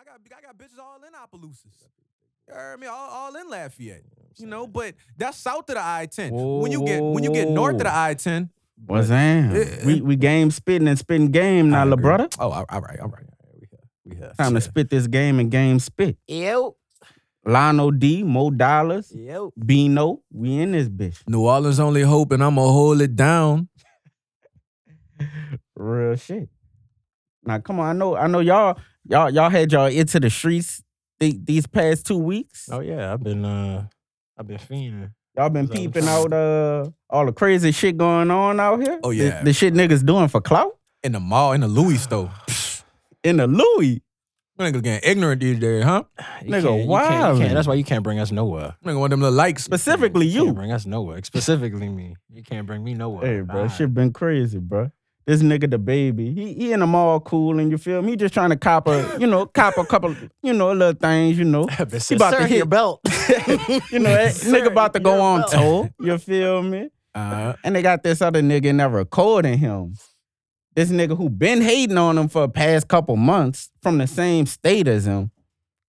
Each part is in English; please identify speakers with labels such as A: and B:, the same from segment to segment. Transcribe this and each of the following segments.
A: I got bitches all in Opelousas. You heard me? All, all in Lafayette. You know, but that's south of the I ten. When you get when you get north of the I ten,
B: What's that?
A: Yeah.
B: We we game spitting and spitting game now,
A: I
B: la
A: agree.
B: brother.
A: oh, all all right, all right.
C: We have. We have.
B: Time to spit this game and game spit.
C: Yo.
B: Lionel D, Mo Dollars,
C: Yo.
B: Bino, we in this bitch.
A: New Orleans only hope, and I'ma hold it down.
B: Real shit. Now come on, I know, I know y'all, y'all, y'all had y'all into the streets the, these past two weeks.
C: Oh yeah, I've been uh, I've been fiending.
B: Y'all been
C: That was
B: peeping out
C: fun.
B: uh all the crazy shit going on out here.
A: Oh,
B: The-
A: yeah.
B: the, shit niggas doing for clout
A: In the mall, in the Louis store.
B: in the Louis.
A: Niggas getting ignorant these days, huh?
B: Nigga,
C: You can't- you can't- you
B: wildin'.
C: can't- That's why you can't bring us nowhere.
A: Nigga want them little likes.
B: Specifically
C: You can't
B: you.
C: bring us nowhere. Specifically me. You can't bring me nowhere.
B: Hey, bro,
C: Bye.
B: shit been crazy, bro. This nigga the baby, he, he in the mall cool and you feel me? He just trying to cop a, you know, cop a couple, you know, little things, you know.
C: But
B: He
C: since-
B: about
C: Sir,
B: to
C: your
B: hit,
C: belt. Mm.
B: you know, that
C: Sir,
B: nigga about to go
C: your
B: on
C: belt.
B: tour. You feel me?
A: Uh,
B: And they got this other nigga and they're recording him. This nigga who been hating on him for the past couple months from the same state as him,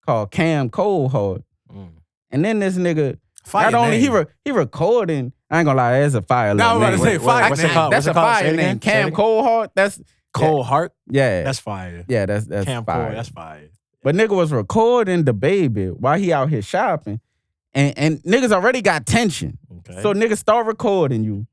B: called Cam Coldheart.
C: Mm.
B: And then this nigga,
A: fire
B: not only he
A: name.
B: re- he recording, I ain't gonna lie, that's a fire.
A: Nah, I
B: little
A: was about to
B: name.
A: say,
C: Wait, wait,
A: fire
C: what's it
A: name.
C: called?
B: That's
C: uh, What's
B: a
C: it called? Say it
B: fire
C: again.
B: name.
C: Say it
B: Cam
C: again.
B: Coldheart. That's
C: Cold heart.
B: yeah.
C: That's fire.
B: yeah, that's that's
C: Cam
B: fire.
C: Cole, that's fire.
B: but nigga was recording the baby while he out here shopping. And and niggas already got tension.
C: Okay.
B: So niggas start recording you.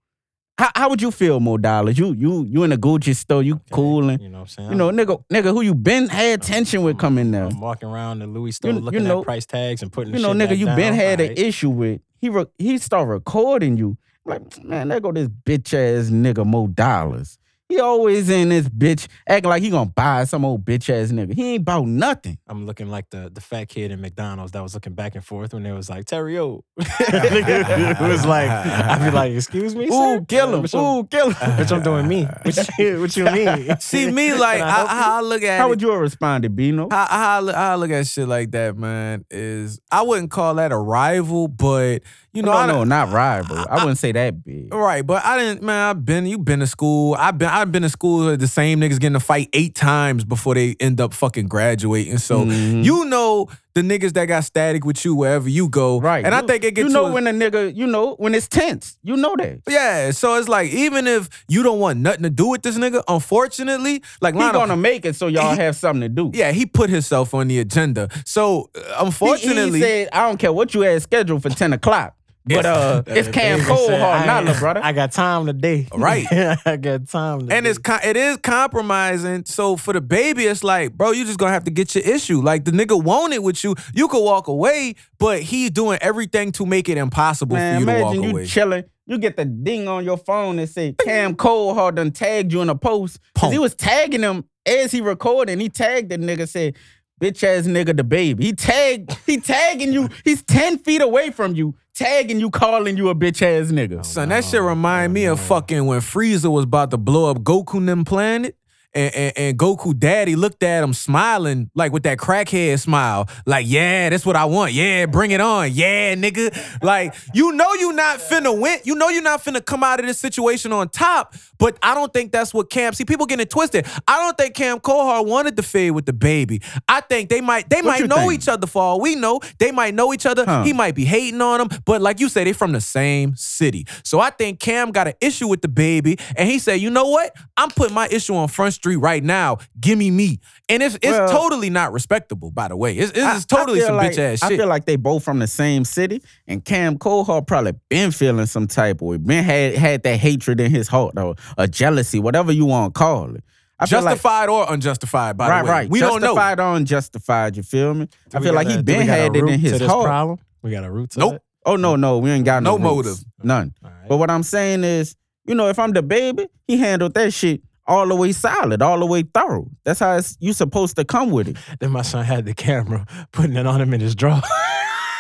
B: How, how would you feel, Mo Dollars? You you you in a Gucci store, you
C: Okay,
B: cooling.
C: You know what I'm saying?
B: You know, nigga, nigga, who you been had tension with coming there.
C: I'm walking around the Louis store
B: You- you
C: looking
B: know-
C: at price tags and putting
B: You
C: the
B: know,
C: shit
B: nigga,
C: back
B: you
C: down.
B: been had an
C: Alright.
B: issue with. He re- he start recording you. Like, man, there go this bitch ass nigga Mo Dollars. He always in this bitch acting like he gonna buy some old bitch ass nigga. He ain't about nothing.
C: I'm looking like the, the fat kid in McDonald's that was looking back and forth when they was like, Terry O. it was like, I'd be like, excuse me? sir?
B: Ooh, kill him.
C: Bitch, I'm-
B: Ooh, kill him.
C: Bitch, I'm doing me. What you, what you mean?
A: See me like
C: Can
A: I,
C: help
A: how I look at
B: How
A: it.
B: would you have responded, Bino?
A: how, how, I look- how I look at shit like that, man, is I wouldn't call that a rival, but you know,
B: no,
A: I
B: no,
A: don't-
B: not rival. I, wouldn't say that big.
A: Right, but I didn't, man. I've been, you been to school. I've been, I've been to school. with The same niggas getting a fight eight times before they end up fucking graduating. So
B: Mhm.
A: you know the niggas that got static with you wherever you go,
B: right.
A: And I
B: You-
A: think it gets
B: You know
A: to a-
B: when a nigga, you know, when it's tense. You know that.
A: yeah. So it's like even if you don't want nothing to do with this nigga, unfortunately, like
B: He
A: Lionel-
B: gonna make it so y'all have something to do.
A: yeah, he put himself on the agenda. So uh,
B: He-
A: unfortunately,
B: he said, I don't care what you had scheduled for 10 o'clock. But uh it's Cam
C: Nigga
B: Cold
C: said,
B: hard,
C: I
B: not
C: ain't-
B: La brother.
C: I got time today.
A: Right.
C: I got time today.
A: and it's co- it is compromising. So for the baby, it's like, bro, you just gonna have to get your issue. Like the nigga wanted with you, you could walk away, but he's doing everything to make it impossible
B: Man,
A: for you to
B: imagine
A: walk
B: you
A: away.
B: chilling. You get the ding on your phone and say Cam Cole hard done tagged you in a post. Cause he
A: Punk.
B: was tagging him as he recording. He tagged the nigga said, bitch ass nigga the baby. He tagged, he tagging you. He's 10 feet away from you, tagging you, calling you a bitch ass nigga.
A: Son, that shit remind me of fucking when Frieza was about to blow up Goku and them planet. And, and, and Goku daddy looked at him smiling, like with that crackhead smile, like, yeah, that's what I want. Yeah, bring it on. Yeah, nigga. Like, you know you not finna win. You know you not finna come out of this situation on top, but I don't think that's what Cam, see, people getting it twisted. I don't think Cam Kohar wanted to fade with the baby. I think they might, they
B: you
A: might know
B: think?
A: each other for all we know. They might know each other.
B: Huh.
A: He might be hating on him, but like you said, they from the same city. So I think Cam got an issue with the baby, and he said, "You know what? I'm putting my issue on Front Street right now. Give me me." And it's it's
B: Well-
A: totally not respectable, by the way. It's, it's
B: I- I
A: totally
B: feel
A: some
B: like-
A: bitch ass
B: I
A: shit.
B: feel like they both from the same city, and Cam Cohart probably been feeling some type of way. Been had had that hatred in his heart or, or jealousy, whatever you want to call it. I feel like-
A: justified or unjustified, by
B: right,
A: the way.
B: right.
A: We
B: justified
A: don't know.
B: or unjustified. You feel me?
C: Do
B: I
C: we
B: feel like
C: got
B: he
C: a- do we
B: been
C: got a
B: had it
C: root
B: in
C: to
B: his
C: this
B: heart.
C: Problem? We got a root to
A: Nope.
C: it?
B: Oh no, no, we ain't got no,
A: No
B: roots.
A: motive.
B: none.
C: All right.
B: But what I'm saying is, you know, if I'm the baby, he handled that shit all the way solid, all the way thorough. That's how it's, you supposed to come with it.
C: Then my son had the camera putting it on him in his drawer.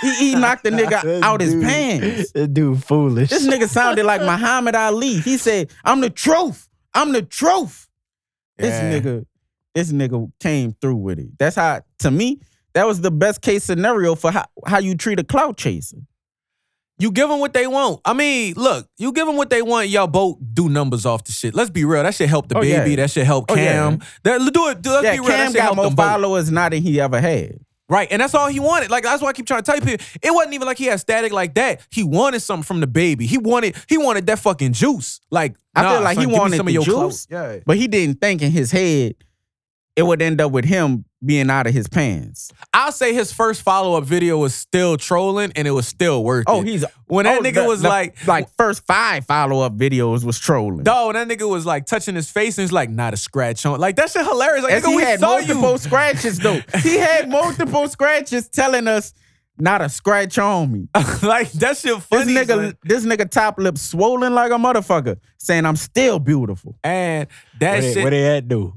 B: He, he knocked the nigga
C: This
B: out his
C: dude-
B: pants.
C: This dude foolish.
B: This nigga sounded like Muhammad Ali. He said, I'm the truth. I'm the truth.
A: Yeah.
B: This nigga, this nigga came through with it. That's how, to me, that was the best case scenario for how, how you treat a clout chaser.
A: You give them what they want. I mean, look, you give them what they want. Y'all both do numbers off the shit. Let's be real. That should help the
B: Oh, yeah.
A: baby. That should help
B: Oh, yeah.
A: Cam. That do it. Let's
B: Yeah,
A: be real. That
B: Cam
A: should
B: got
A: help
B: more
A: them both.
B: followers now than he ever had.
A: Right, and that's all he wanted. Like that's why I keep trying to type it. It wasn't even like he had static like that. He wanted something from the baby. He wanted he wanted that fucking juice. Like
B: I
A: nah,
B: feel like
A: son,
B: he
A: give me
B: wanted
A: some
B: the
A: of your
B: juice,
A: clothes.
D: Yeah.
B: but he didn't think in his head it would end up with him being out of his pants.
A: I'll say his first follow up video was still trolling, and it was still worth
B: Oh,
A: it.
B: he's
A: when that
B: oh,
A: nigga
B: the-
A: was
B: the-
A: like,
B: like first five follow up videos was trolling.
A: dog, that nigga was like touching his face, and he's like, not a scratch on. Like that shit hilarious. Like
B: As
A: nigga,
B: he
A: we
B: had
A: saw
B: multiple
A: you.
B: scratches though. He had multiple scratches telling us not a scratch on me.
A: like that shit
B: This
A: funny.
B: nigga,
A: son.
B: this nigga top lip swollen like a motherfucker, saying I'm still beautiful.
A: and that
C: Where they,
A: shit
C: where they at do?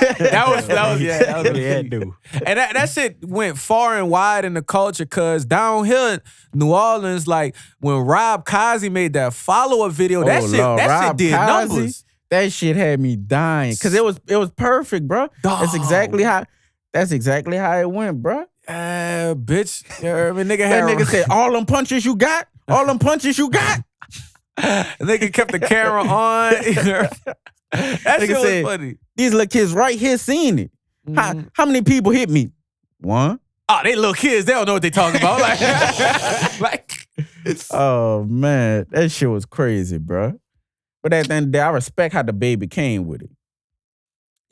A: that was that was yeah that was
C: where they at do?
A: And that, that shit went far and wide in the culture because down here in New Orleans, like when Rob Cosby made that follow up video, that
B: Oh,
A: shit
B: Lord,
A: that shit
B: Rob
A: did
B: Cosby,
A: numbers.
B: That shit had me dying because it was it was perfect, bro. That's
A: Dog.
B: exactly how. That's exactly how it went, bro.
A: Uh, bitch. You heard me? Nigga
B: That
A: had
B: nigga said, "All them punches you got, all them punches you got."
A: nigga kept the camera on. You heard me? that
B: Nigga
A: shit was
B: said-
A: funny.
B: These little kids right here seeing it. How,
A: Mhm.
B: how many people hit me? One.
A: Oh, they little kids, they don't know what they talking about. Like, like
B: Oh man, that shit was crazy, bro. But at the end of the day, I respect how the baby came with it.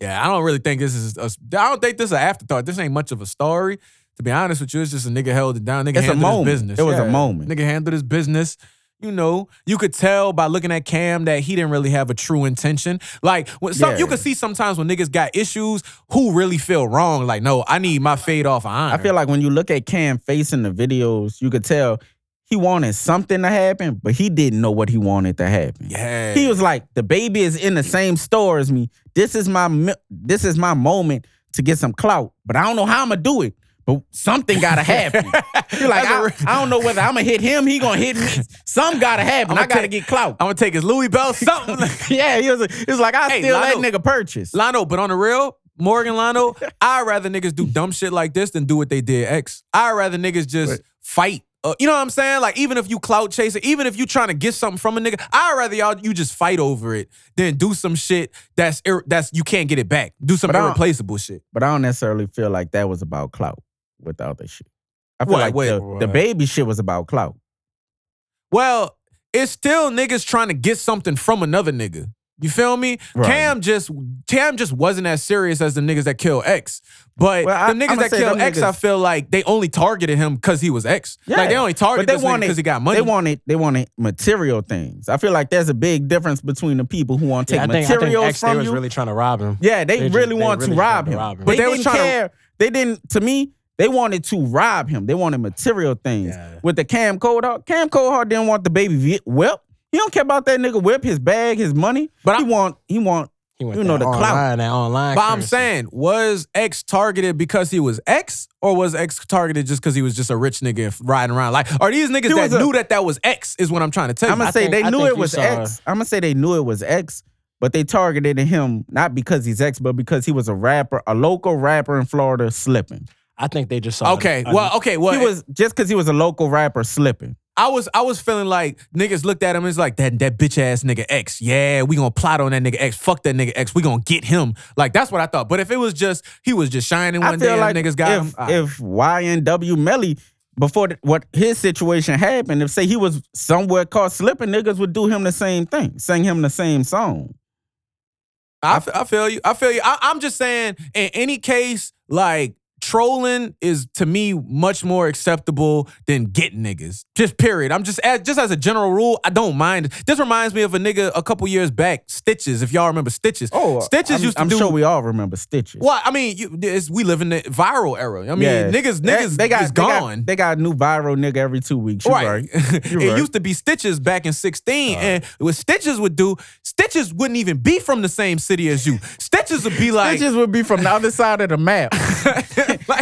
A: Yeah, I don't really think this is. A, I don't think this is an afterthought. This ain't much of a story. To be honest with you, it's just a nigga held it down. Nigga
B: It's a
A: handled
B: moment.
A: his business.
B: It was a moment.
A: Nigga handled his business. You know, you could tell by looking at Cam that he didn't really have a true intention. Like when some,
B: Yeah.
A: you could see sometimes when niggas got issues, who really feel wrong. Like, no, I need my fade off. Of honor.
B: I feel like when you look at Cam facing the videos, you could tell he wanted something to happen, but he didn't know what he wanted to happen.
A: yeah,
B: He was like, "The baby is in the same store as me. This is my mi- this is my moment to get some clout, but I don't know how I'm gonna do it. But something gotta happen. You're like, I,
A: That's a re-
B: I don't know whether I'm gonna hit him. He gonna hit me. Some gotta happen.
A: I'ma
B: I gotta
A: take-
B: get clout.
A: I'm gonna take his Louis belt something.
B: yeah, he was. It's like I
A: Hey,
B: steal that
A: Lotto.
B: nigga purchase.
A: Lano, but on the real, Morgan Lano, I'd rather niggas do dumb shit like this than do what they did X. I'd rather niggas just fight. Uh, you know what I'm saying? Like even if you clout chasing, even if you trying to get something from a nigga, I'd rather y'all you just fight over it than do some shit that's ir- that's you can't get it back. Do some
B: But I don't-
A: irreplaceable shit.
B: But I don't necessarily feel like that was about clout with the other shit. I feel
A: What,
B: like
A: wait,
B: the, the
C: what?
B: baby shit was about clout.
A: Well, it's still niggas trying to get something from another nigga. You feel me?
B: Right.
A: Cam just Cam just wasn't as serious as the niggas that kill X. But
B: Well, I-
A: the niggas
B: I'ma
A: that
B: say
A: kill
B: them
A: X, I
B: niggas-
A: feel like they only targeted him because he was X. Like they
B: Yeah.
A: only
B: But
A: targeted
B: they
A: this
B: wanted-
A: because he got money.
B: They wanted they wanted material things. I feel like there's a big difference between the people who want to
C: Yeah, I
B: take
C: think, I think
B: materials
C: X, they
B: from
C: was
B: you.
C: really trying to rob him.
B: yeah, they,
C: they just-
B: really
C: they
B: want
C: really
B: to
C: just
B: rob
C: wanted
B: him.
C: to rob him.
B: But
A: But
B: they,
A: they was
B: didn't
A: tryna-
B: care. They didn't. To me, they wanted to rob him. They wanted material things.
C: Yeah.
B: With the Cam Coldhart, Cam Coldhart didn't want the baby vi- whip. He don't care about that nigga whip, his bag, his money.
A: But
B: he
A: I-
B: want he want
C: He went
B: You know
C: that
B: the clout.
C: online, that online.
A: but I'm
C: currency.
A: saying, was X targeted because he was X, or was X targeted just because he was just a rich nigga f- riding around? Like, are these niggas
B: He
A: that
B: was a-
A: knew that that was X? Is what I'm trying to tell
B: I'm
A: you.
B: gonna
C: I
B: say
C: think-
B: they
C: I
B: knew
C: think
B: it
C: you
B: was
C: saw-
B: X. I'm gonna say they knew it was X, but they targeted him not because he's X, but because he was a rapper, a local rapper in Florida slipping.
C: I think they just saw.
A: okay,
C: an-
A: well, okay, well,
B: he was just because he was a local rapper slipping.
A: I was I was feeling like niggas looked at him and it's like that that bitch ass nigga X. Yeah, we gonna plot on that nigga X. Fuck that nigga X. We gonna get him. Like that's what I thought. But if it was just he was just shining one
B: I
A: day
B: feel like
A: and niggas got
B: if,
A: him. ah.
B: if YNW Melly before the, what his situation happened, if say he was somewhere caught slipping, niggas would do him the same thing, sing him the same song.
A: I, f- I feel you. I feel you. I, I'm just saying, in any case, like trolling is to me much more acceptable than getting niggas. Just period. I'm just as just as a general rule, I don't mind. This reminds me of a nigga a couple years back, Stitches. If y'all remember Stitches, Stitches
B: Oh, uh, I'm,
A: used to
B: I'm
A: do.
B: sure we all remember Stitches.
A: well, I mean, you, it's, we live in the viral era. I mean,
B: Yeah.
A: niggas,
B: That-
A: niggas,
B: they got
A: is
B: they got-
A: gone.
B: They got, a new viral nigga every two weeks. You right. You
A: it
B: right.
A: used to be Stitches back in 16. And what Stitches would do, Stitches wouldn't even be from the same city as you. Stitches would be like,
B: Bitches would be from the other side of the map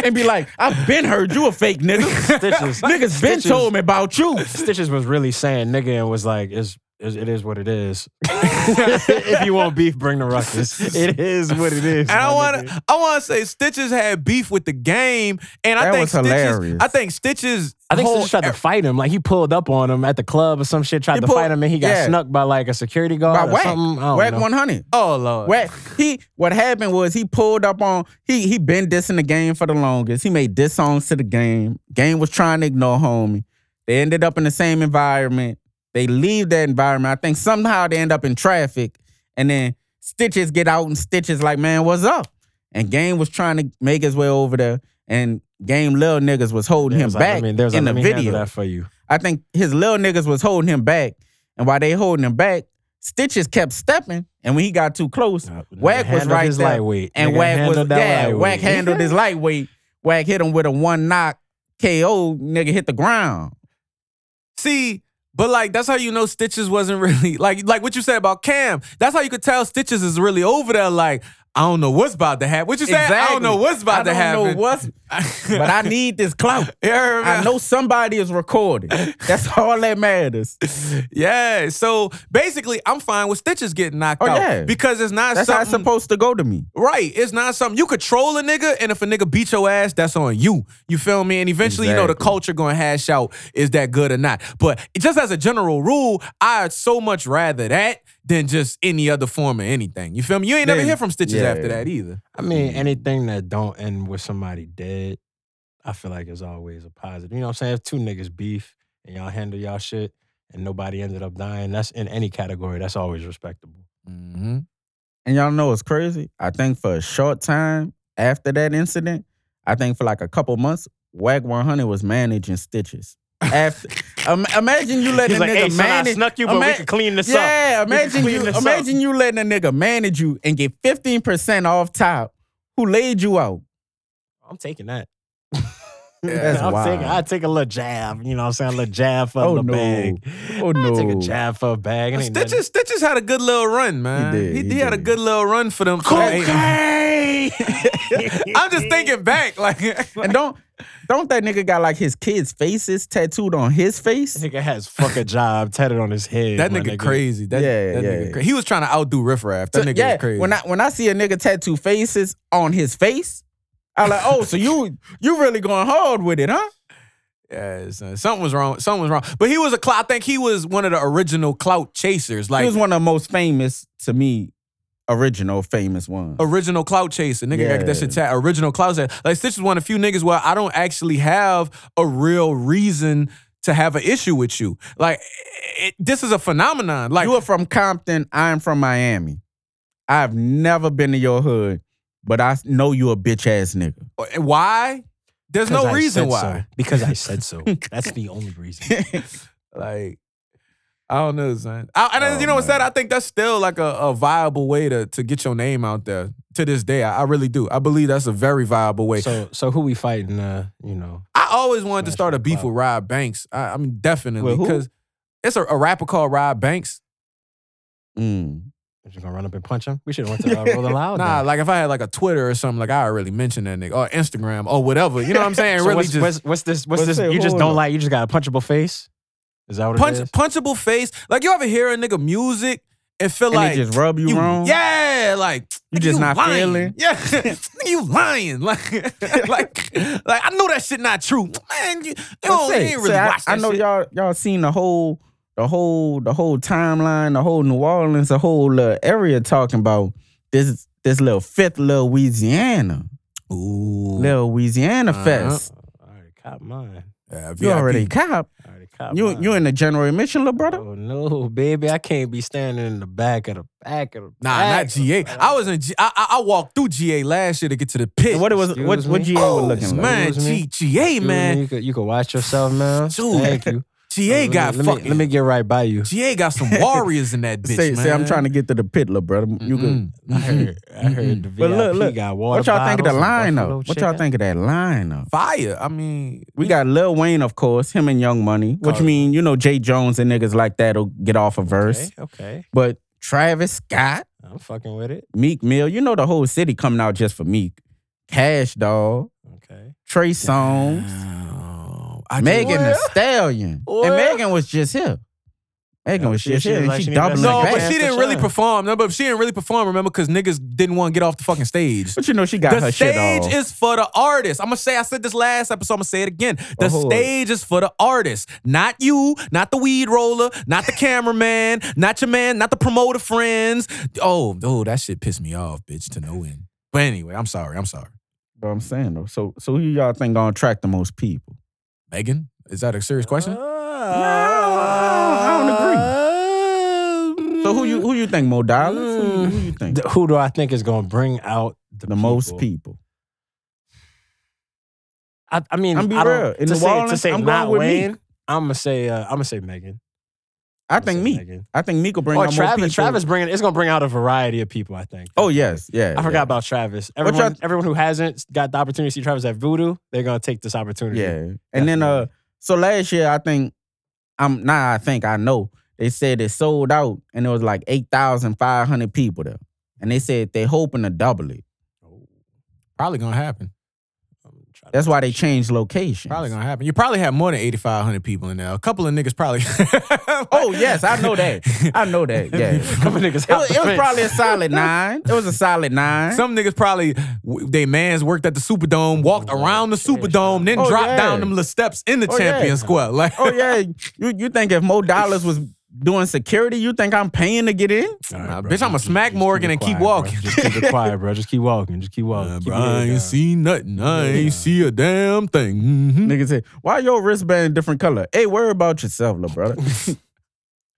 B: and be like, I've been heard you a fake nigga.
C: Stitches.
B: Niggas been
C: Stitches-
B: told me about you.
C: Stitches was really saying nigga and was like, it's It it is what it is. if you want beef, bring the ruckus. It is what it is.
A: And I
C: my
A: want
C: nigga.
A: to. I want to say Stitches had beef with the game, and I
B: That
A: think
B: was
A: Stitches.
B: hilarious.
A: I think Stitches.
C: I think
A: whole-
C: Stitch tried to fight him. Like he pulled up on him at the club or some shit. Tried
B: He
C: to
B: pulled-
C: fight him, and er he got
B: yeah.
C: snuck by like a security guard
B: By
C: or
B: whack,
C: something. I don't
B: whack
C: know.
B: one hundred.
A: Oh lord.
B: What he what happened was he pulled up on he he been dissing the game for the longest. He made diss songs to the game. Game was trying to ignore homie. They ended up in the same environment. They leave that environment. I think somehow they end up in traffic, and then Stitches get out and Stitches like, man, what's up? And Game was trying to make his way over there, and Game little niggas was holding
C: There
B: him
C: was like,
B: back
C: I mean, there's
B: in
C: like,
B: the
C: let me handle
B: video.
C: that for you.
B: I think his little niggas was holding him back, and while they holding him back, Stitches kept stepping, and when he got too close, Whack was
C: Handled
B: right
C: his
B: there,
C: lightweight.
B: and
C: Nigga
B: Whack was
C: handled that
B: yeah,
C: lightweight.
B: Whack handled his lightweight. Whack hit him with a one knock KO. Nigga hit the ground.
A: See, but like that's how you know Stitches wasn't really like like what you said about Cam. That's how you could tell Stitches is really over there. Like I don't know what's about to happen. What you said? I
B: Exactly.
A: don't know what's about
B: I
A: to
B: don't
A: happen.
B: know what's, but I need this clout.
A: Yeah,
B: I know somebody is recording. That's all that matters.
A: Yeah. So basically, I'm fine with Stitches getting knocked
B: Oh,
A: out
B: yeah.
A: because it's not
B: That's how it's
A: something.
B: supposed to go to me.
A: Right. It's not something you control a nigga, and if a nigga beat your ass, that's on you. You feel me? And eventually, you know, the
B: Exactly.
A: culture gonna hash out is that good or not. But just as a general rule, I'd so much rather that than just any other form of anything. You feel me? You ain't never
B: Then-
A: hear from Stitches
B: yeah.
A: after that either.
C: I mean,
B: Mm.
C: anything that don't end with somebody dead, I feel like is always a positive. You know what I'm saying? If two niggas beef and y'all handle y'all shit and nobody ended up dying, that's in any category, that's always respectable.
A: Mm-hmm.
B: And y'all know it's crazy. I think for a short time after that incident, I think for like a couple months, Wag 100 was managing Stitches. After, um, imagine you letting a nigga manage.
C: snuck you,
B: but we Ima- can
C: clean this
B: yeah,
C: We can
B: imagine
C: clean
B: you
C: this up."
B: imagine you letting a nigga manage you and get 15% off top who laid you out.
C: I'm taking that.
B: That's
C: I'm
B: wild.
C: taking, I take a little jab. You know what I'm saying? A little jab for a
B: Oh,
C: little
B: no.
C: bag.
B: Oh,
C: I take a
B: no.
C: jab for a bag. It ain't nothing.
A: Stitches, Stitches had a good little run, man. He,
B: did,
A: he,
B: he
A: had a
B: did.
A: good little run for them. for that eight-
C: Cocaine!
A: I'm just thinking back, like,
B: And don't don't that nigga got like his kids' faces tattooed on his face?
C: Nigga has fuck a job tatted on his head.
A: that
C: my
A: nigga crazy. That,
B: Yeah,
A: that
B: yeah.
A: nigga crazy. He was trying to outdo Riff Raff. That
B: So,
A: nigga
B: yeah,
A: is crazy.
B: When I when I see a nigga tattoo faces on his face, I like, oh, so you you really going hard with it, huh?
A: Yeah, son, uh, something was wrong. Something was wrong. But he was a clout. I think he was one of the original clout chasers. Like
B: he was one of the most famous to me, original famous ones.
A: original clout chaser. Nigga got that
B: Yeah.
A: shit tat. Original clout chaser. Like Stitch is one of the few niggas where I don't actually have a real reason to have an issue with you. Like it, this is a phenomenon. Like
B: you are from Compton, I'm from Miami. I've never been to your hood, but I know you a bitch ass nigga.
A: why? There's no reason why.
C: Because I said so. That's the only reason.
A: Like. I don't know, son. I, and
B: Oh,
A: you know what's
B: man.
A: that? I think that's still like a, a viable way to to get your name out there to this day. I, I really do. I believe that's a very viable way.
C: So, so who we fighting? Uh, you know,
A: I always wanted to
C: Smash
A: start a
C: that
A: beef
C: clout.
A: with Rob Banks. I, I mean, definitely
B: With who?
A: because it's a, a rapper called Rob Banks.
B: Mm.
C: we just gonna run up and punch him. We should have went to uh, Rolling Loud.
A: nah,
C: then.
A: like if I had like a Twitter or something, like I already mentioned that nigga or Instagram or whatever. You know what I'm saying?
C: So
A: really,
C: what's,
A: just
C: what's, what's this? What's,
B: What's
C: this?
B: it?
C: You just
B: Hold
C: don't
B: on.
C: like. You just got a punchable face. Is that what
A: punch,
C: it is?
A: punchable face. Like you ever hear a nigga music and feel
B: And
A: like
B: they just rub you, wrong.
A: Yeah, like
B: You
A: nigga,
B: just not
A: lying.
B: feeling?
A: Yeah, Nigga, you lying. Like, like, like I know that shit not true, man. You, you don't you
B: Say,
A: ain't really
B: say, I-
A: watch that
B: I, know
A: shit.
B: y'all y'all seen the whole the whole the whole timeline, the whole New Orleans, the whole uh, area talking about this this little fifth little Louisiana,
A: Ooh,
B: little Louisiana
A: Uh-huh.
B: fest.
C: Uh, I already caught mine.
A: yeah,
B: You
A: VIP.
B: already cop.
C: I already caught
B: You
C: mine.
B: you in the general admission, little brother.
C: Oh no, baby! I can't be standing in the back of the back of the.
A: Nah,
C: back
A: not GA. I was in. G- I, I I walked through GA last year to get to the pit.
B: And what it was what
C: Excuse
B: what
C: me?
B: GA was
A: oh,
B: looking like?
A: man,
C: Excuse me.
A: G- GA
C: Excuse me,
A: man,
C: you could you could watch yourself, man.
A: Dude.
C: Thank you.
A: GA
C: Let me-
A: got
C: let me,
A: fucking.
C: let me get right by you.
A: GA got some warriors in that bitch,
B: say,
A: man.
B: say I'm trying to get to the pit, little brother. You good?
C: I heard, I heard the
B: But
C: VIP
B: look, look,
C: got water.
B: What y'all think of the
C: bottles and buffalo
B: lineup? What y'all
C: chicken.
B: think of that lineup?
A: Fire. I mean,
B: We got Lil Wayne, of course, him and Young Money, which
C: Cardi.
B: mean you know Jay Jones and niggas like that'll get off a verse.
C: Okay, okay,
B: But Travis Scott,
C: I'm fucking with it.
B: Meek Mill, you know the whole city coming out just for Meek. Cash Dog,
C: Okay,
B: Trey Songz,
A: Wow. I
B: Megan
A: just-
B: the Stallion,
C: Well-
B: and Megan was just here. Megan was
C: she-
B: shit.
C: she
B: shit,
C: was
B: and
C: like
B: She
C: she need
B: doubling
C: rest.
B: no,
A: No,
C: Like,
A: but
C: that's
A: she
C: the
A: didn't really
C: shine.
A: perform. Remember, she didn't really perform. Remember, because niggas didn't want to get off the fucking stage.
B: But you know she got
A: the
B: her shit
A: stage
B: off.
A: is for the artist. I'm gonna say I said this last episode. I'm gonna say it again. The
B: Oh, hold on.
A: stage is for the artist, not you, not the weed roller, not the cameraman, not your man, not the promoter friends. Oh, oh, that shit pissed me off, bitch, to no end. But anyway, I'm sorry. I'm sorry.
B: But I'm saying though. So so who y'all think gonna attract the most people?
A: Megan, is that a serious
C: Uh,
A: question?
C: I don't agree.
B: So who you who you think Mo Dollars? Who, who you think the,
C: um, who do I think is gonna bring out the,
B: most people?
C: I, I mean,
B: I'm be
C: I don't-
B: real. In
C: to
B: New
C: say, to
B: Orleans,
C: say
B: I'm going
C: not
B: with
C: Wayne,
B: Meek.
C: I'm gonna say uh, I'm gonna say Megan.
B: I think
C: me.
B: me. I think Meek will bring
C: Or
B: out more people.
C: Oh, Travis. Travis bringing it's gonna bring out a variety of people. I think.
B: Oh yes, yeah.
C: I forgot
B: yeah.
C: about Travis.
B: y'all-
C: Everyone, everyone who hasn't got the opportunity to see Travis at Voodoo, they're gonna take this opportunity.
B: Yeah. And then uh
C: Definitely.
B: so last year I think I'm nah, I think I know. They said it sold out and it was like eight thousand five hundred people there. And they said they hoping to double it.
A: Probably gonna happen.
B: That's why they changed location.
A: Probably gonna happen. You probably have more than 8,500 people in there. A couple of niggas probably.
B: Oh yes, I know that. I know that. Yeah. It
C: Couple niggas out
B: was,
C: the
B: it was
C: fence.
B: probably a solid nine. It was a solid nine.
A: Some niggas probably w- they man's worked at the Superdome, walked
C: Oh,
A: around the
C: yeah,
A: Superdome, then
B: Oh,
A: dropped
B: yeah.
A: down them little steps in the
B: Oh, yeah.
A: Champion Square. Like,
B: oh yeah, you you think if Mo Dollars was doing security, you think I'm paying to get in?
C: All right,
A: Nah,
C: bro.
A: bitch, I'ma
C: Just-
A: smack
C: just keep
A: Morgan
C: it
A: and keep
C: quiet, bro.
A: walking.
C: Just keep it quiet, bro. Just keep walking. Just keep walking.
A: uh,
C: Oh, Keep
A: bro,
C: your head
A: I ain't
C: down.
A: seen nothing. I ain't see a damn thing. Mhm.
B: Nigga said, why your wristband different color? Hey, worry about yourself, little brother.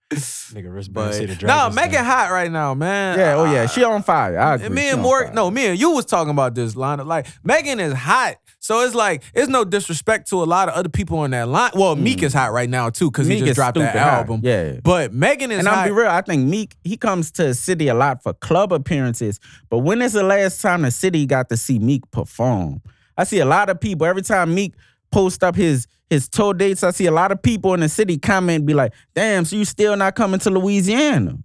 C: Nigga, wristband. see the
A: But no,
C: dragons
A: make it
C: down.
A: hot right now, man. Uh,
B: yeah, oh yeah, she on fire. I agree.
A: And me
B: She
A: and
B: on
A: Morgan,
B: fire.
A: no, me and you was talking about this line. Like Megan is hot, so it's like it's no disrespect to a lot of other people on that line. Well, Meek is hot right now too because he
B: Mm. Meek
A: just
B: is
A: dropped that
B: stupid hot.
A: album.
B: Yeah.
A: But Megan is
B: and
A: hot.
B: I'll be real, I think Meek, he comes to the city a lot for club appearances. But when is the last time the city got to see Meek perform? I see a lot of people every time Meek post up his his tour dates, I see a lot of people in the city comment be like, damn, so you still not coming to Louisiana.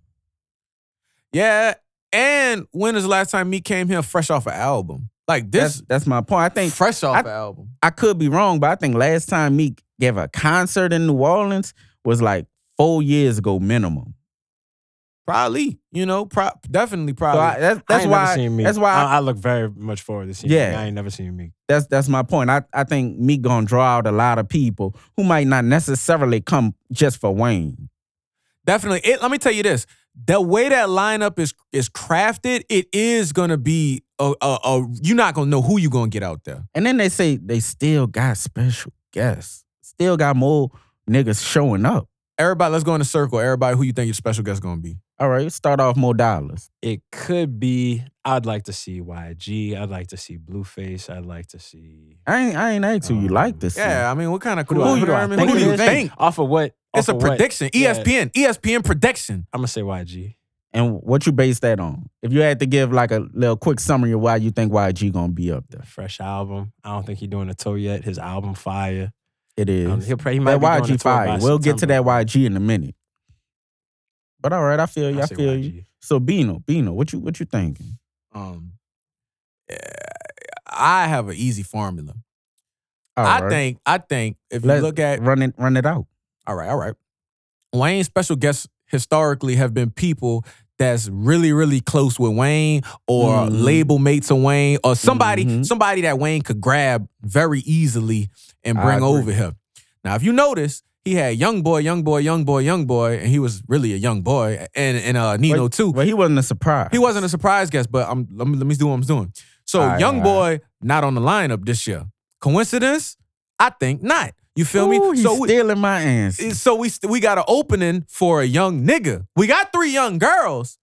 A: Yeah. And when is the last time me came here fresh off an album? Like
B: That's
A: this
B: that's my point. I think
A: fresh off
B: I-
A: an album.
B: I could be wrong, but I think last time Meek gave a concert in New Orleans was like four years ago minimum.
A: Probably. You know, pro- definitely
B: So
A: probably.
B: I, that's
C: I
B: that's
C: ain't
B: why
C: never seen Meek.
B: that's why I-
C: I, I look very much forward to seeing.
B: Yeah.
C: Meek. I ain't never seen Meek.
B: that's that's my point. I, I think Meek gonna draw out a lot of people who might not necessarily come just for Wayne.
A: definitely. It, let me tell you this. The way that lineup is is crafted, it is gonna be a, a, a you're not gonna know who you're gonna get out there.
B: And then they say they still got special guests. Still got more niggas showing up.
A: Everybody, let's go in a circle. Everybody who you think your special guest gonna be.
B: All right, start off more dollars.
C: It could be. I'd like to see YG. I'd like to see Blueface. I'd like to see.
B: I ain't I ain't asked who you
C: Um,
B: like this.
A: Yeah, I mean, what kind of
C: Who do
A: crew?
C: I-
A: you
C: who do I
A: know what I mean?
C: think
A: Who
C: it
A: do you
C: is?
A: think?
C: Off of what?
A: It's a
C: off of what-
A: prediction. E
C: Yeah.
A: ESPN, ESPN prediction.
C: I'm gonna say YG.
B: And what you base that on? If you had to give like a little quick summary of why you think YG gonna be up there,
C: Fresh album. I don't think he's doing a tour yet. His album fire.
B: it
C: Um,
B: is
C: he'll probably he might
B: that
C: be doing a
B: YG
C: tour by
B: fire. We'll get to that
C: September.
B: YG in a minute. But all right, I feel you. I,
C: I say
B: feel you.
C: YG.
B: So Bino, Bino, what you what you thinking?
A: Um, yeah, I have an easy formula.
B: All
A: I
B: right. Mm-hmm.
A: think I think if you
B: Let's
A: look at
B: run it run it out.
A: all right, all right. Wayne's special guests historically have been people that's really, really close with Wayne or
B: Mhm.
A: label mates of Wayne or somebody,
B: Mhm.
A: somebody that Wayne could grab very easily and
B: I
A: bring
B: agree.
A: over him. Now, if you notice, he had young boy, young boy, young boy, young boy, and he was really a young boy, and and uh, Nino
B: Wait,
A: too.
B: Well, he wasn't a surprise.
A: He wasn't a surprise guest, but I'm let me, let me do what I'm doing. So
B: All right,
A: young
B: all
A: boy not on the lineup this year. Coincidence? I think not. You feel
B: Ooh,
A: me?
B: He's
A: So we,
B: stealing my answer.
A: so we st- we got an opening for a young nigga. We got three young girls,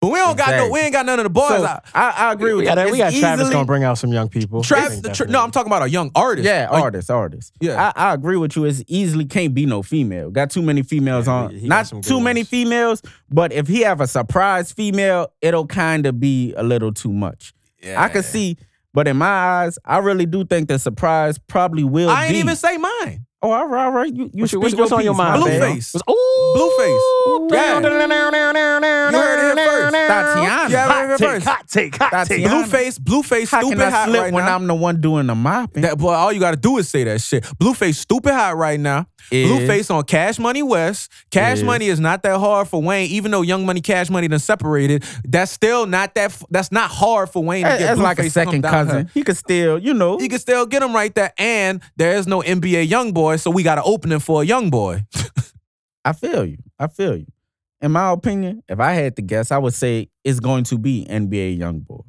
A: but we don't got no we
B: Exactly.
A: ain't got none of the boys
B: So,
A: out.
B: I, I agree
C: We
B: with
C: got,
B: you.
C: we got
B: It's
C: Travis
B: easily-
C: gonna bring out some young people. I
A: Travis,
C: think
A: the tr- no,
C: definitely.
A: I'm talking about a young artist.
B: Yeah,
A: A-
B: artists, artists.
A: yeah.
B: I, I agree with you. It's easily can't be no female. Got too many females
C: Yeah,
B: on.
C: he- he got
B: Not
C: some good
B: too many
C: ones.
B: females, but if he have a surprise female, it'll kind of be a little too much. I
A: Yeah.
B: could see, but in my eyes, I really do think the surprise probably will
A: I ain't
B: be.
A: even say mine.
B: Oh, all right, all right. You, you
C: What you-
B: speak
C: what's- what's on your
B: piece,
C: mind,
B: my bad.
A: Blueface.
C: What's- Ooh,
A: Blueface. Yeah. You heard it here first.
B: Tatiana.
A: Yeah, I
C: Hot
A: heard it here
C: take,
A: first.
C: hot take, hot take.
B: Tatiana.
A: Blueface, Blueface,
B: How
A: stupid
B: can I
A: hot
B: slip
A: right
B: when
A: now.
B: I'm the one doing the mopping?
A: That boy, all you gotta do is say that shit. Blueface stupid hot right now.
B: Is-
A: Blueface on Cash Money West. Cash
C: Is-
A: Money is not that hard for Wayne, even though Young Money Cash Money done separated. That's still not that. f- That's not hard for Wayne. to
B: That-
A: get
B: that's like a
A: Blueface to come
B: second
A: down to her.
B: cousin. He could still, you know.
A: You can still get him right there, and there is no NBA young boy, so we got an opening for a young boy.
B: I feel you. I feel you. In my opinion, if I had to guess, I would say it's going to be NBA YoungBoy.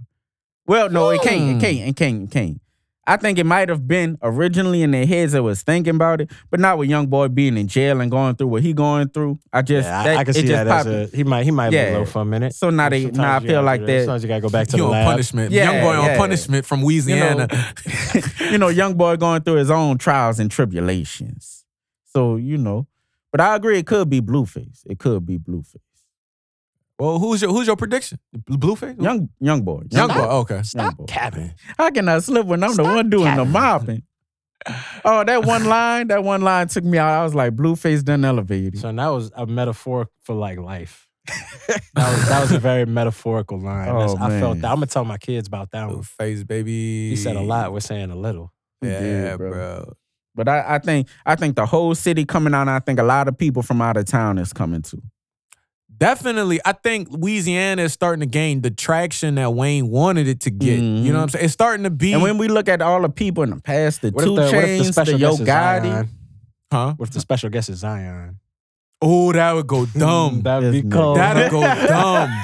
B: Well, no, it can't.
A: Hmm.
B: It can't. It can't. It can't. I think it might have been originally in their heads that was thinking about it, but not with YoungBoy being in jail and going through what he going through. I just
C: Yeah, I-
B: that,
C: I can
B: it
C: see
B: just
C: that as
B: popped in.
C: a, he might he might be
B: Yeah.
C: low for a minute.
B: So now they-
C: Sometimes
B: now I
C: you
B: feel
C: gotta
B: like
C: do
B: that-
C: Sometimes you gotta go back to
A: you
C: the
A: on
C: lab.
A: punishment,
B: Yeah,
A: young boy on
B: yeah.
A: punishment from Louisiana.
B: you know, young boy going through his own trials and tribulations. So you know, but I agree, it could be Blueface. It could be Blueface.
A: well, who's your who's your prediction? Blueface,
B: Young young boy.
A: young boy. Okay,
B: Young boy.
C: Cabin.
B: How can I slip when I'm the one doing the mopping? Oh, that one line, that one line took me out. I was like, Blueface done elevated.
C: So that was a metaphor for like life. that was that was a very metaphorical line. That's-
B: Oh,
C: I felt
B: man.
C: that. I'm gonna tell my kids about that one.
A: Blueface, baby.
C: He said a lot. We're saying a little.
B: He
A: Yeah,
B: did, bro.
A: bro.
B: But I, I think I think the whole city coming out, and I think a lot of people from out of town is coming too.
A: Definitely, I think Louisiana is starting to gain the traction that Wayne wanted it to get. You
B: Mhm.
A: know what I'm saying? It's starting to be.
B: And when we look at all the people in the past, the
C: What if
B: two
C: the, what if the
B: chains, the
C: special
B: Yo
C: guest is
B: Gotti.
C: Zion?
A: huh?
C: What if the special guest is Zion?
A: Oh, that would go
B: Mm,
A: dumb.
C: That'd
B: This
C: be
B: nigga.
C: cold.
A: That'd go dumb.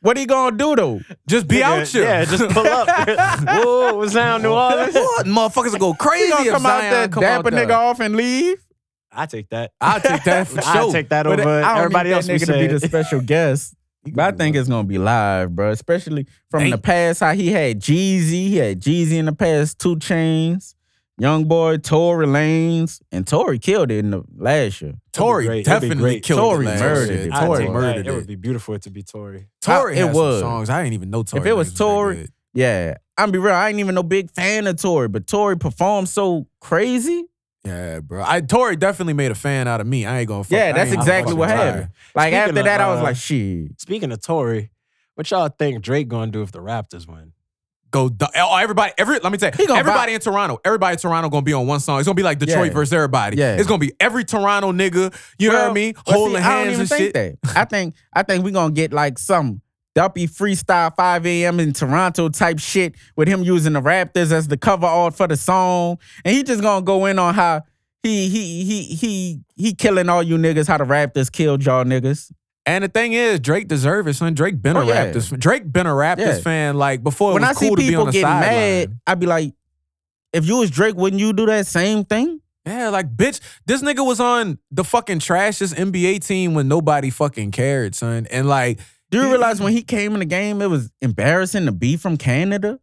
B: What he gonna do though?
A: Just be
C: Nigga,
A: out here.
C: Yeah, just pull up. Whoa, what's down, New Orleans?
A: What? Motherfuckers will go crazy.
B: He gonna
A: if
B: come out
A: Zion
B: there,
A: come
B: dap
A: out
B: a nigga
A: there.
B: off and leave?
C: I take that.
A: I'll take that for
C: I'll
A: sure.
C: take that
B: But
C: over
B: I don't
C: everybody
B: need
C: else.
B: that
C: we
B: nigga to be the
C: said.
B: special guest. But I think it's gonna be live, bro. Especially from the
A: Ain't-
B: past, how he had Jeezy, he had Jeezy in the past, Two Chains, Young Boy, Tory Lanez, and Tory killed it in the last year.
A: Tory
C: great. It'd be
A: definitely
C: great.
A: killed
B: Tory
A: it last
B: murdered
A: year.
B: it.
C: I'd
A: Tory
C: take
A: murdered
C: that. It would
A: it.
C: be beautiful it to be Tory.
A: Tory
B: I- it
A: had some
B: was.
A: songs. I didn't even know Tory.
B: If it was
A: Lanez that
B: Tory-
A: good.
B: Yeah, I'm be real. I ain't even no big fan of Tory, but Tory performed so crazy.
A: yeah, bro. I Tory definitely made a fan out of me. I ain't gonna. Fuck,
B: Yeah,
A: I
B: that's
A: ain't
B: exactly
A: fucking
B: what
A: tired.
B: happened. Like
C: Speaking
B: after
C: of,
B: that, I was
C: uh,
B: like, shit.
C: Speaking of Tory, what y'all think Drake gonna do if the Raptors win?
A: Go. du- Oh, everybody. Every. Let me tell
B: He
A: you.
B: gonna
A: Everybody in Toronto. Everybody in Toronto gonna be on one song. It's gonna be like Detroit
B: Yeah.
A: versus everybody.
B: Yeah.
A: It's gonna be every Toronto nigga. You know what I
B: Well,
A: mean?
B: but see,
A: Holding
B: I don't
A: hands
B: even
A: and
B: think
A: shit.
B: that. I think I think we're gonna get like some dumpy freestyle 5 a.m. in Toronto type shit with him using the Raptors as the cover art for the song. And he just gonna go in on how he he he he he killing all you niggas, how the Raptors killed y'all niggas.
A: And the thing is, Drake deserve it, son. Drake been a
B: Oh, yeah.
A: Raptors. fan. Drake been a Raptors
B: Yeah.
A: fan. Like before, it
B: when
A: was
B: I see
A: cool to be
B: people
A: on the
B: getting
A: sideline.
B: mad, I'd be like, if you was Drake, wouldn't you do that same thing?
A: Yeah, like bitch, this nigga was on the fucking trashiest NBA team when nobody fucking cared, son. And like,
B: Do you realize when he came in the game, it was embarrassing to be from Canada?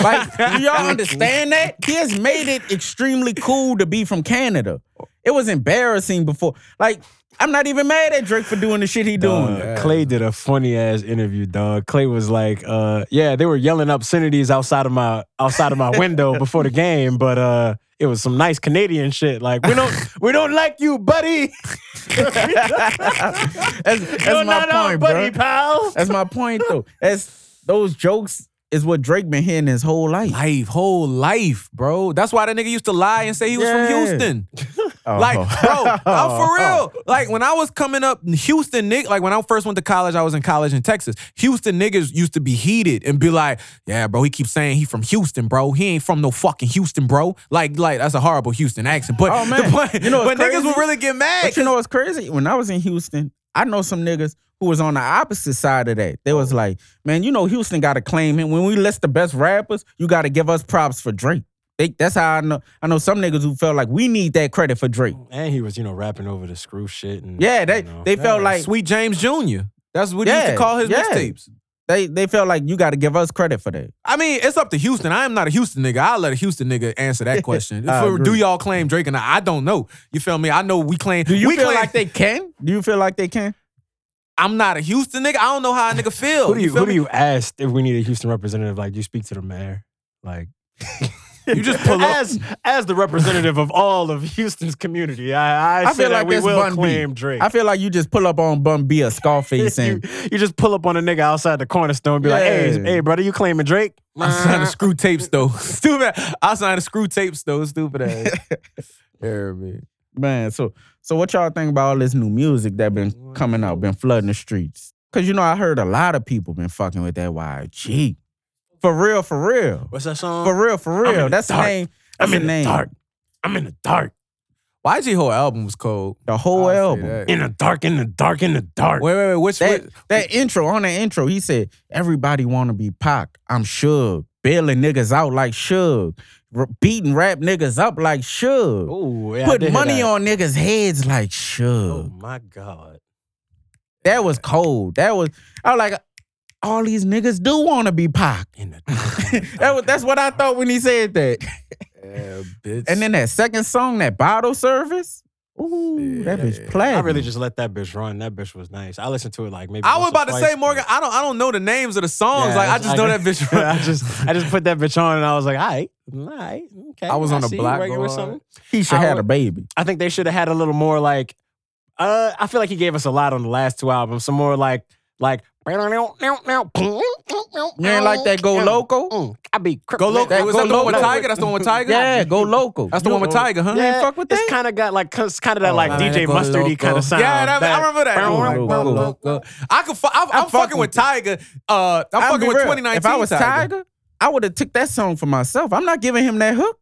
B: Like, do y'all understand that? He has made it extremely cool to be from Canada. It was embarrassing before. Like, I'm not even mad at Drake for doing the shit he doing.
C: Dog, Clay did a funny ass interview, dog. Clay was like, uh, yeah, they were yelling obscenities outside of my outside of my window before the game, but uh it was some nice Canadian shit. Like, we don't we don't like you, buddy.
B: That's, that's my
C: You're not our
B: point,
C: buddy,
B: bro.
C: pal.
B: That's my point, though. That's those jokes is what Drake been hearing his whole life.
A: life, whole life, bro. That's why that nigga used to lie and say he was
B: Yeah.
A: from Houston.
B: Oh.
A: Like, bro,
C: Oh.
A: I'm for real. Like when I was coming up, Houston nigga, like when I first went to college, I was in college in Texas. Houston niggas used to be heated and be like, "Yeah, bro, he keeps saying he from Houston, bro. He ain't from no fucking Houston, bro." Like, like that's a horrible Houston accent. But
B: Oh, man.
A: the point-
B: You know what's
A: but niggas would
B: crazy?
A: really get mad.
B: But you know what's crazy? When I was in Houston, I know some niggas who was on the opposite side of that. They was like, man, you know Houston got to claim him. When we list the best rappers, you got to give us props for Drake. They, that's how I know. I know some niggas who felt like we need that credit for Drake.
C: And he was, you know, rapping over the screw shit and
B: Yeah, they
C: you know.
B: they felt like
A: Sweet James Jr. That's what he used to
B: Yeah,
A: call his
B: yeah.
A: mixtapes.
B: they they felt like you got to give us credit for that.
A: I mean, it's up to Houston. I am not a Houston nigga. I'll let a Houston nigga answer that question.
B: I
A: For- do
B: agree.
A: y'all claim Drake and I? I don't know. You feel me? I know we claim.
B: Do you
A: we
B: feel
A: claim,
B: like they can? Do you feel like they can?
A: I'm not a Houston nigga. I don't know how a nigga feel.
C: who do you
A: feel
C: who do
A: me?
C: you ask if we need a Houston representative? Like, do you speak to the mayor? Like
A: You just pull up.
C: as as the representative of all of Houston's community, I, I,
B: I
C: say
B: feel
C: that
B: like
C: we
B: that's
C: will
B: Bun B.
C: claim Drake.
B: I feel like you just pull up on Bun B or Scarface
C: you,
B: and
C: you just pull up on a nigga outside the cornerstone and be like, hey,
B: Yeah.
C: hey, brother, you claiming Drake?
A: I signed the screw tapes though. Stupid. I signed the screw tapes though. Stupid ass. yeah, man.
B: man. So so what y'all think about all this new music that been coming out, been flooding the streets? Cause you know I heard a lot of people been fucking with that YG. For real, for real.
C: What's that song?
B: For real, for
C: I'm in
B: real.
C: the
B: That's the
C: dark.
B: name. That's
C: I'm in
B: the name.
C: the dark. I'm in the dark.
A: YG whole album was cold.
B: The whole
A: I'll say
B: album.
A: that.
C: In the dark, in the dark, in the dark.
A: Wait, wait, wait. Which
B: That,
A: which-
B: that intro, on that intro, he said, everybody wanna be Pac. I'm Suge. Bailing niggas out like Suge. R- beating rap niggas up like Suge.
C: Oh, yeah, I did
B: Putting
C: hear
B: money
C: that.
B: on niggas' heads like Suge.
C: Oh my God.
B: That was cold. That was I was like, all these niggas do want to be Pac.
C: In the dark. in the
B: That was that's what I thought when he said that.
A: Yeah, bitch.
B: And then that second song, that bottle service. Ooh, that
A: Yeah.
B: bitch
C: dark.
B: platinum.
C: I really just let that bitch run. That bitch was nice. I listened to it like maybe.
A: I was
C: once or
A: about to
C: twice,
A: say,
C: but-
A: Morgan, I don't I don't know the names of the songs.
C: Yeah,
A: like I
C: that's-
A: just know that bitch.
C: I just I just put that bitch on and I was like, all right, all right, okay.
A: I was on
C: the
A: a block
C: working
A: going-
C: with something.
B: he should
C: I
B: had
C: would-
B: a baby.
C: I think they should have had a little more like. Uh, I feel like he gave us a lot on the last two albums. Some more like like. You
B: You ain't
C: ain't
B: like that go
A: Oh,
B: local?
C: Mm, I be
A: Go local.
B: That
A: was
B: go
A: that the one with
B: local.
A: Tiger? That's the one with Tiger.
B: Yeah, go local.
A: That's the
B: You-
A: one with Tiger, huh?
B: You ain't fuck with
C: It's
B: that?
C: kind of got like it's kind of that
A: Oh,
C: like
A: man,
C: DJ
A: that go
C: mustardy
A: local.
C: kind of sound.
A: Yeah, that, I remember that.
C: Go local,
A: Go local. I could. Fu- I'm, I'm,
B: fuck
A: fucking
B: with
A: with Tiger. Uh, I'm,
B: I'ma
A: fucking
B: be
A: with
B: real.
A: 2019.
B: If I was
A: Tiger.
B: Tiger, I would have took that song for myself. I'm not giving him that hook.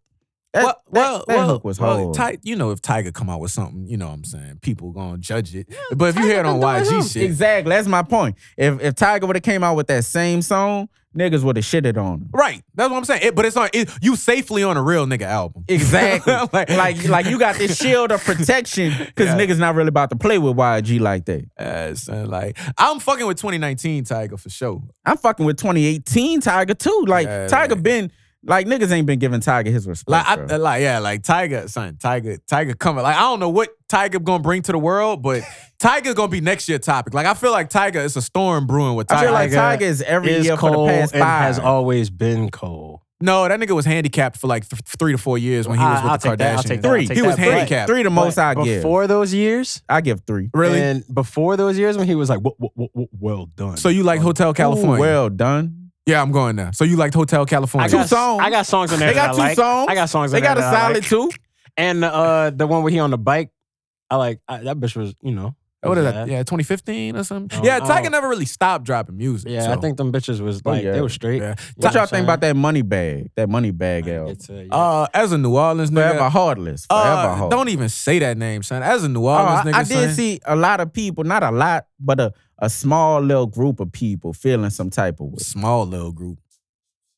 B: That,
A: well,
B: that-
A: well,
B: that,
A: well,
B: hook was
A: well,
B: hard.
A: Ti- you know, if Tiger come out with something, you know what I'm saying? People gonna judge it. but if you hear it on
C: Tiger can do it,
A: YG
C: huh?
A: shit,
B: Exactly. That's my point. If if Tiger would have came out with that same song, niggas would have shitted on him.
A: right? That's what I'm saying. It, but it's on it, you safely on a real nigga album.
B: Exactly.
A: Like-
B: like, like you got this shield of protection because
A: Yeah.
B: niggas not really about to play with YG like that.
A: Yeah, son, like I'm fucking with 2019 Tiger for sure.
B: I'm fucking with 2018 Tiger too. Like
A: Yeah,
B: Tiger
A: like-
B: been like niggas ain't been giving Tiger his respect.
A: Like, I,
B: bro.
A: like, yeah, like Tiger, son, Tiger, Tiger coming. Like, I don't know what Tiger gonna bring to the world, but Tiger gonna be next year topic. Like, I feel like Tiger is a storm brewing with
B: I
A: Tiger.
B: feel like
C: Tiger
B: Tiger is every
C: is
B: year for the
C: cold
B: past
C: and
B: five.
C: has always been cold.
A: no, that nigga was handicapped for like th- three to four years when he was
C: I-
A: with
C: I'll
A: the
C: take that, I'll
A: Kardashians.
C: take that, I'll
B: three.
C: take
A: He was
C: that.
B: three,
A: handicapped.
B: three the most I
C: But
B: give.
C: Before those years,
B: I give three.
A: Really?
C: And before those years, when he was like, "Wo- wo- wo- wo- "Well done."
A: so you like Hotel California?
B: Ooh, well done.
A: yeah, I'm going there. So you liked Hotel California?
C: I got,
B: two songs.
C: I got songs in there.
B: They
C: that
B: got
C: I
B: two
C: like.
B: songs.
C: I got songs.
B: They
C: in
B: got a
C: there that I
B: solid
C: like.
B: two.
C: And uh, the one where he on the bike, I like I, that bitch was you know.
A: what is
C: bad.
A: that? Yeah, 2015 or something.
C: Um,
A: yeah,
C: I
A: Tiger
C: don't-
A: never really stopped dropping music.
C: Yeah,
A: so.
C: I think them bitches was
B: Oh,
C: like
B: yeah.
C: they were straight.
A: Yeah.
C: You know
B: What y'all
C: I'm
B: think about that money bag? That money bag
C: saying?
B: album.
C: It's, uh, yeah.
A: Uh, as a New Orleans nigga,
B: Forever heartless. Forever
A: uh,
B: heartless.
A: don't even say that name, son. As a New
B: Oh,
A: Orleans
B: I,
A: nigga,
B: I did
A: son,
B: see a lot of people, not a lot, but a, a small little group of people feeling some type of way.
A: small little group,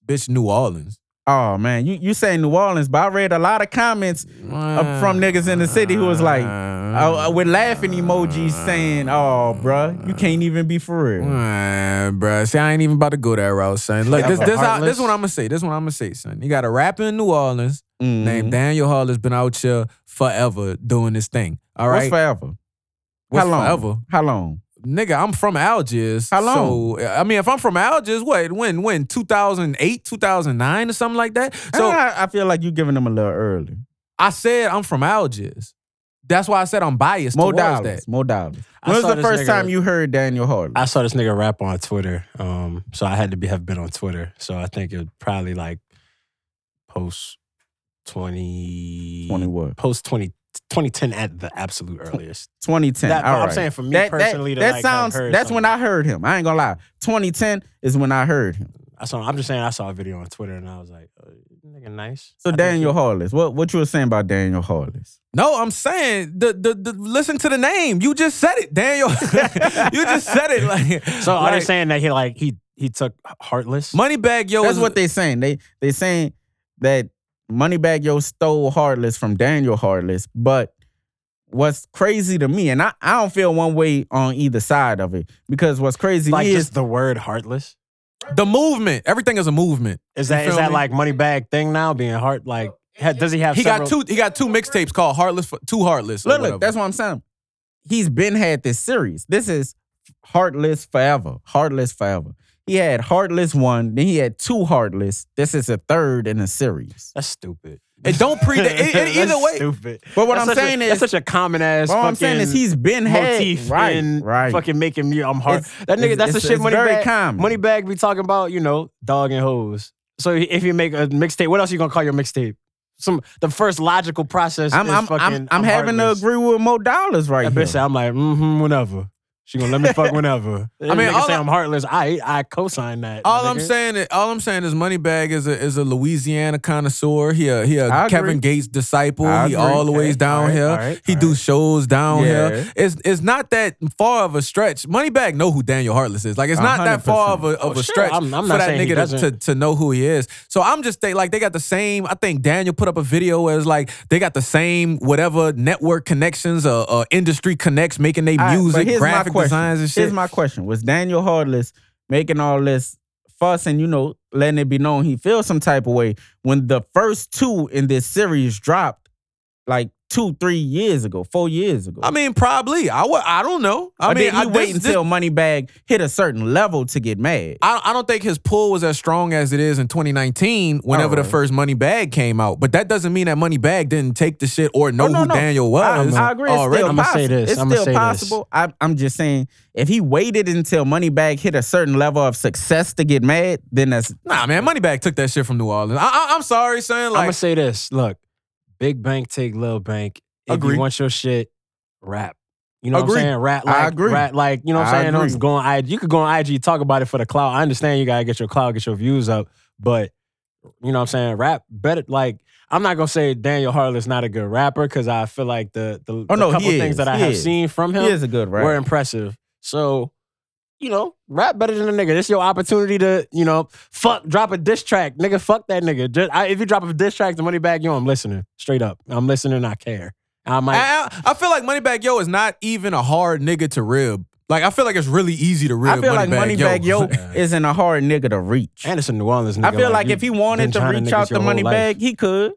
A: bitch, New Orleans.
B: Oh man, you you say New Orleans, but I read a lot of comments. Uh, from niggas in the city who was like, uh, uh,
C: Mm.
B: with laughing emojis saying, "Oh, bruh, you can't even be for
C: Mm.
B: real."
A: Man, bruh. See, I ain't even about to go that route, son. Look, this
B: Forever
A: this how,
B: heartless.
A: this one I'm gonna say. This one I'm gonna say, son. You got a rapper in New Orleans
B: Mhm.
A: named Daniel Harler's been out here forever doing this thing. All
B: What's
A: right,
B: forever?
A: What's
B: How long?
A: forever?
B: How long?
A: nigga, I'm from Algiers.
B: How long?
A: So I mean, if I'm from Algiers, what when when 2008, 2009 or something like that. So
B: Eh, I, I feel like you giving them a little early.
A: I said I'm from Algiers. That's why I said I'm biased
B: More
A: towards
B: dollars.
A: that.
B: More dollars.
C: I
B: When was
C: saw
B: the
C: this
B: first
C: nigga-
B: time you heard Daniel Harlan?
C: I saw this nigga rap on Twitter, um, so I had to be have been on Twitter. So I think it was probably like post twenty
B: Twenty what?
C: post 20, 2010 at the absolute earliest.
B: Twenty ten.
C: That-
B: All
C: I'm
B: right.
C: saying for me
B: that, that-
C: personally to,
B: that
C: like, have
B: sounds.
C: heard
B: that's when I
C: something.
B: heard him. I ain't gonna lie. Twenty ten is when I heard him.
C: I saw. I'm just saying. I saw a video on Twitter and I was like, uh, "Nigga, nice."
B: So
C: I think
B: Daniel
C: he-
B: Hollis, what what you were saying about Daniel Hollis?
A: No, I'm saying the, the the listen to the name. You just said it, Daniel. you just said it. Like
C: So are they
A: like,
C: saying that he like he he took Heartless?
A: Moneybag Yo
B: That's
A: is-
B: what they saying. They they saying that Moneybag Yo stole Heartless from Daniel Heartless. But what's crazy to me, and I, I don't feel one way on either side of it, because what's crazy
C: like
B: is
C: just the word Heartless.
A: the movement. Everything is a movement.
C: Is
A: You
C: that is
A: feel
C: that
A: me?
C: like money bag thing now being heart like ha- does he have
A: He got
C: several-
A: two he got two mixtapes called Heartless for Two Heartless. or
B: Look,
A: whatever.
B: look, that's what I'm saying. He's been had this series. This is Heartless Forever. Heartless Forever. He had Heartless one, then he had two Heartless. This is a third in a series.
C: That's stupid.
A: It don't predate. it- it- either
C: That's
A: way,
C: stupid.
B: But what
C: That's
B: I'm
C: such a-
B: saying is,
C: that's such a common ass.
B: what I'm saying is, he's been had
C: motif
B: right,
C: and
B: right.
C: fucking making me. I'm hard.
B: It's-
C: that nigga.
B: it's-
C: That's the
B: it's-
C: shit.
B: it's
C: Money
B: very
C: bag.
B: common.
C: Money bag be talking about you know dog and hoes. So he- if you make a mixtape, what else you gonna call your mixtape? Some the first logical process.
B: I'm,
C: is
B: I'm,
C: fucking,
B: I'm, I'm, having
C: heartless.
B: to agree with Mo Dollars right
C: That
B: here.
C: bitch said, I'm like, mm-hmm, whenever. She gonna let me fuck whenever. I
A: mean,
C: mean,
A: all
C: say
A: I-
C: I'm heartless. I I co-sign that.
A: All I'm
C: nigga.
A: saying is, all I'm saying is, Moneybag is a is a Louisiana connoisseur. He a, he a
B: I agree.
A: Kevin Gates disciple.
B: I
A: He
B: agree.
A: all the ways
B: Okay.
A: down
C: Alright,
A: here.
C: alright,
A: he
C: alright.
A: do shows down
B: Yeah.
A: here. It's it's not that far of a stretch. Moneybag know who Daniel Heartless is. Like it's not that far of a of
C: Oh,
A: a
C: sure.
A: stretch
C: I'm- I'm
A: for
C: not
A: that
C: saying he
A: nigga to, to
C: doesn't.
A: to know who he is. So I'm just think like they got the same. I think Daniel put up a video as like they got the same whatever network connections or, or industry connects making their
B: All right, but
A: music,
B: here's my
A: graphic
B: question.
A: designs and shit.
B: Here's my question: Was Daniel Hardless making all this fuss and you know letting it be known he feels some type of way when the first two in this series dropped like two, three years ago, four years ago?
A: I mean, probably. I would. I don't know. I
B: Or
A: mean,
B: did he
A: I,
B: wait
A: this- this-
B: until Moneybag hit a certain level to get mad?
A: I, I don't think his pull was as strong as it is in 2019 whenever the
B: Alright.
A: first Money Bag came out. But that doesn't mean that Money Bag didn't take the shit or know
B: Oh, no,
A: who
B: no.
A: Daniel
B: I,
A: was.
B: I agree. It's
A: already.
B: still
A: I'm-
C: um, I'ma say
B: possible.
C: this,
B: It's
C: I'ma
B: still
C: say this.
B: possible. I, I'm just saying, if he waited until Moneybag hit a certain level of success to get mad, then that's
A: Nah, man, Money Bag took that shit from New Orleans. I, I, I'm sorry, son.
C: I'm
A: Like,
C: gonna say this. Look, big bank take little bank. If
A: Agree.
C: you want your shit, rap. You know
A: Agree.
C: what I'm saying? Rap
B: I
C: like
B: agree.
C: rap like, you know what
B: I
C: I'm saying? Don't
B: agree.
C: go on IG. You could go on IG talk about it for the cloud. I understand you gotta get your cloud, get your views up, but you know what I'm saying? Rap better like I'm not gonna say Daniel Harlow's not a good rapper because I feel like the the, the
B: Oh, no,
C: couple
B: he
C: things
B: is.
C: that I
B: He
C: have
B: is.
C: seen from him
B: he is a good
C: were
B: rapper.
C: impressive. So, you know, rap better than a nigga. This your opportunity to, you know, fuck, drop a diss track. Nigga, fuck that nigga. Just, I, if you drop a diss track, the money back, yo, I'm listening. Straight up. I'm listening, I care. I might.
A: I, I, I feel like Money Bag Yo is not even a hard nigga to rib. Like, I feel like it's really easy to rib.
B: I feel like
A: Moneybag
B: Moneybag Yo,
C: Yeah.
B: isn't a hard nigga to reach.
C: and it's a New Orleans nigga.
B: I feel like
C: you
B: if he wanted
C: been
B: to reach
C: trying niggas
B: out to
C: your whole life.
B: Moneybag, he could.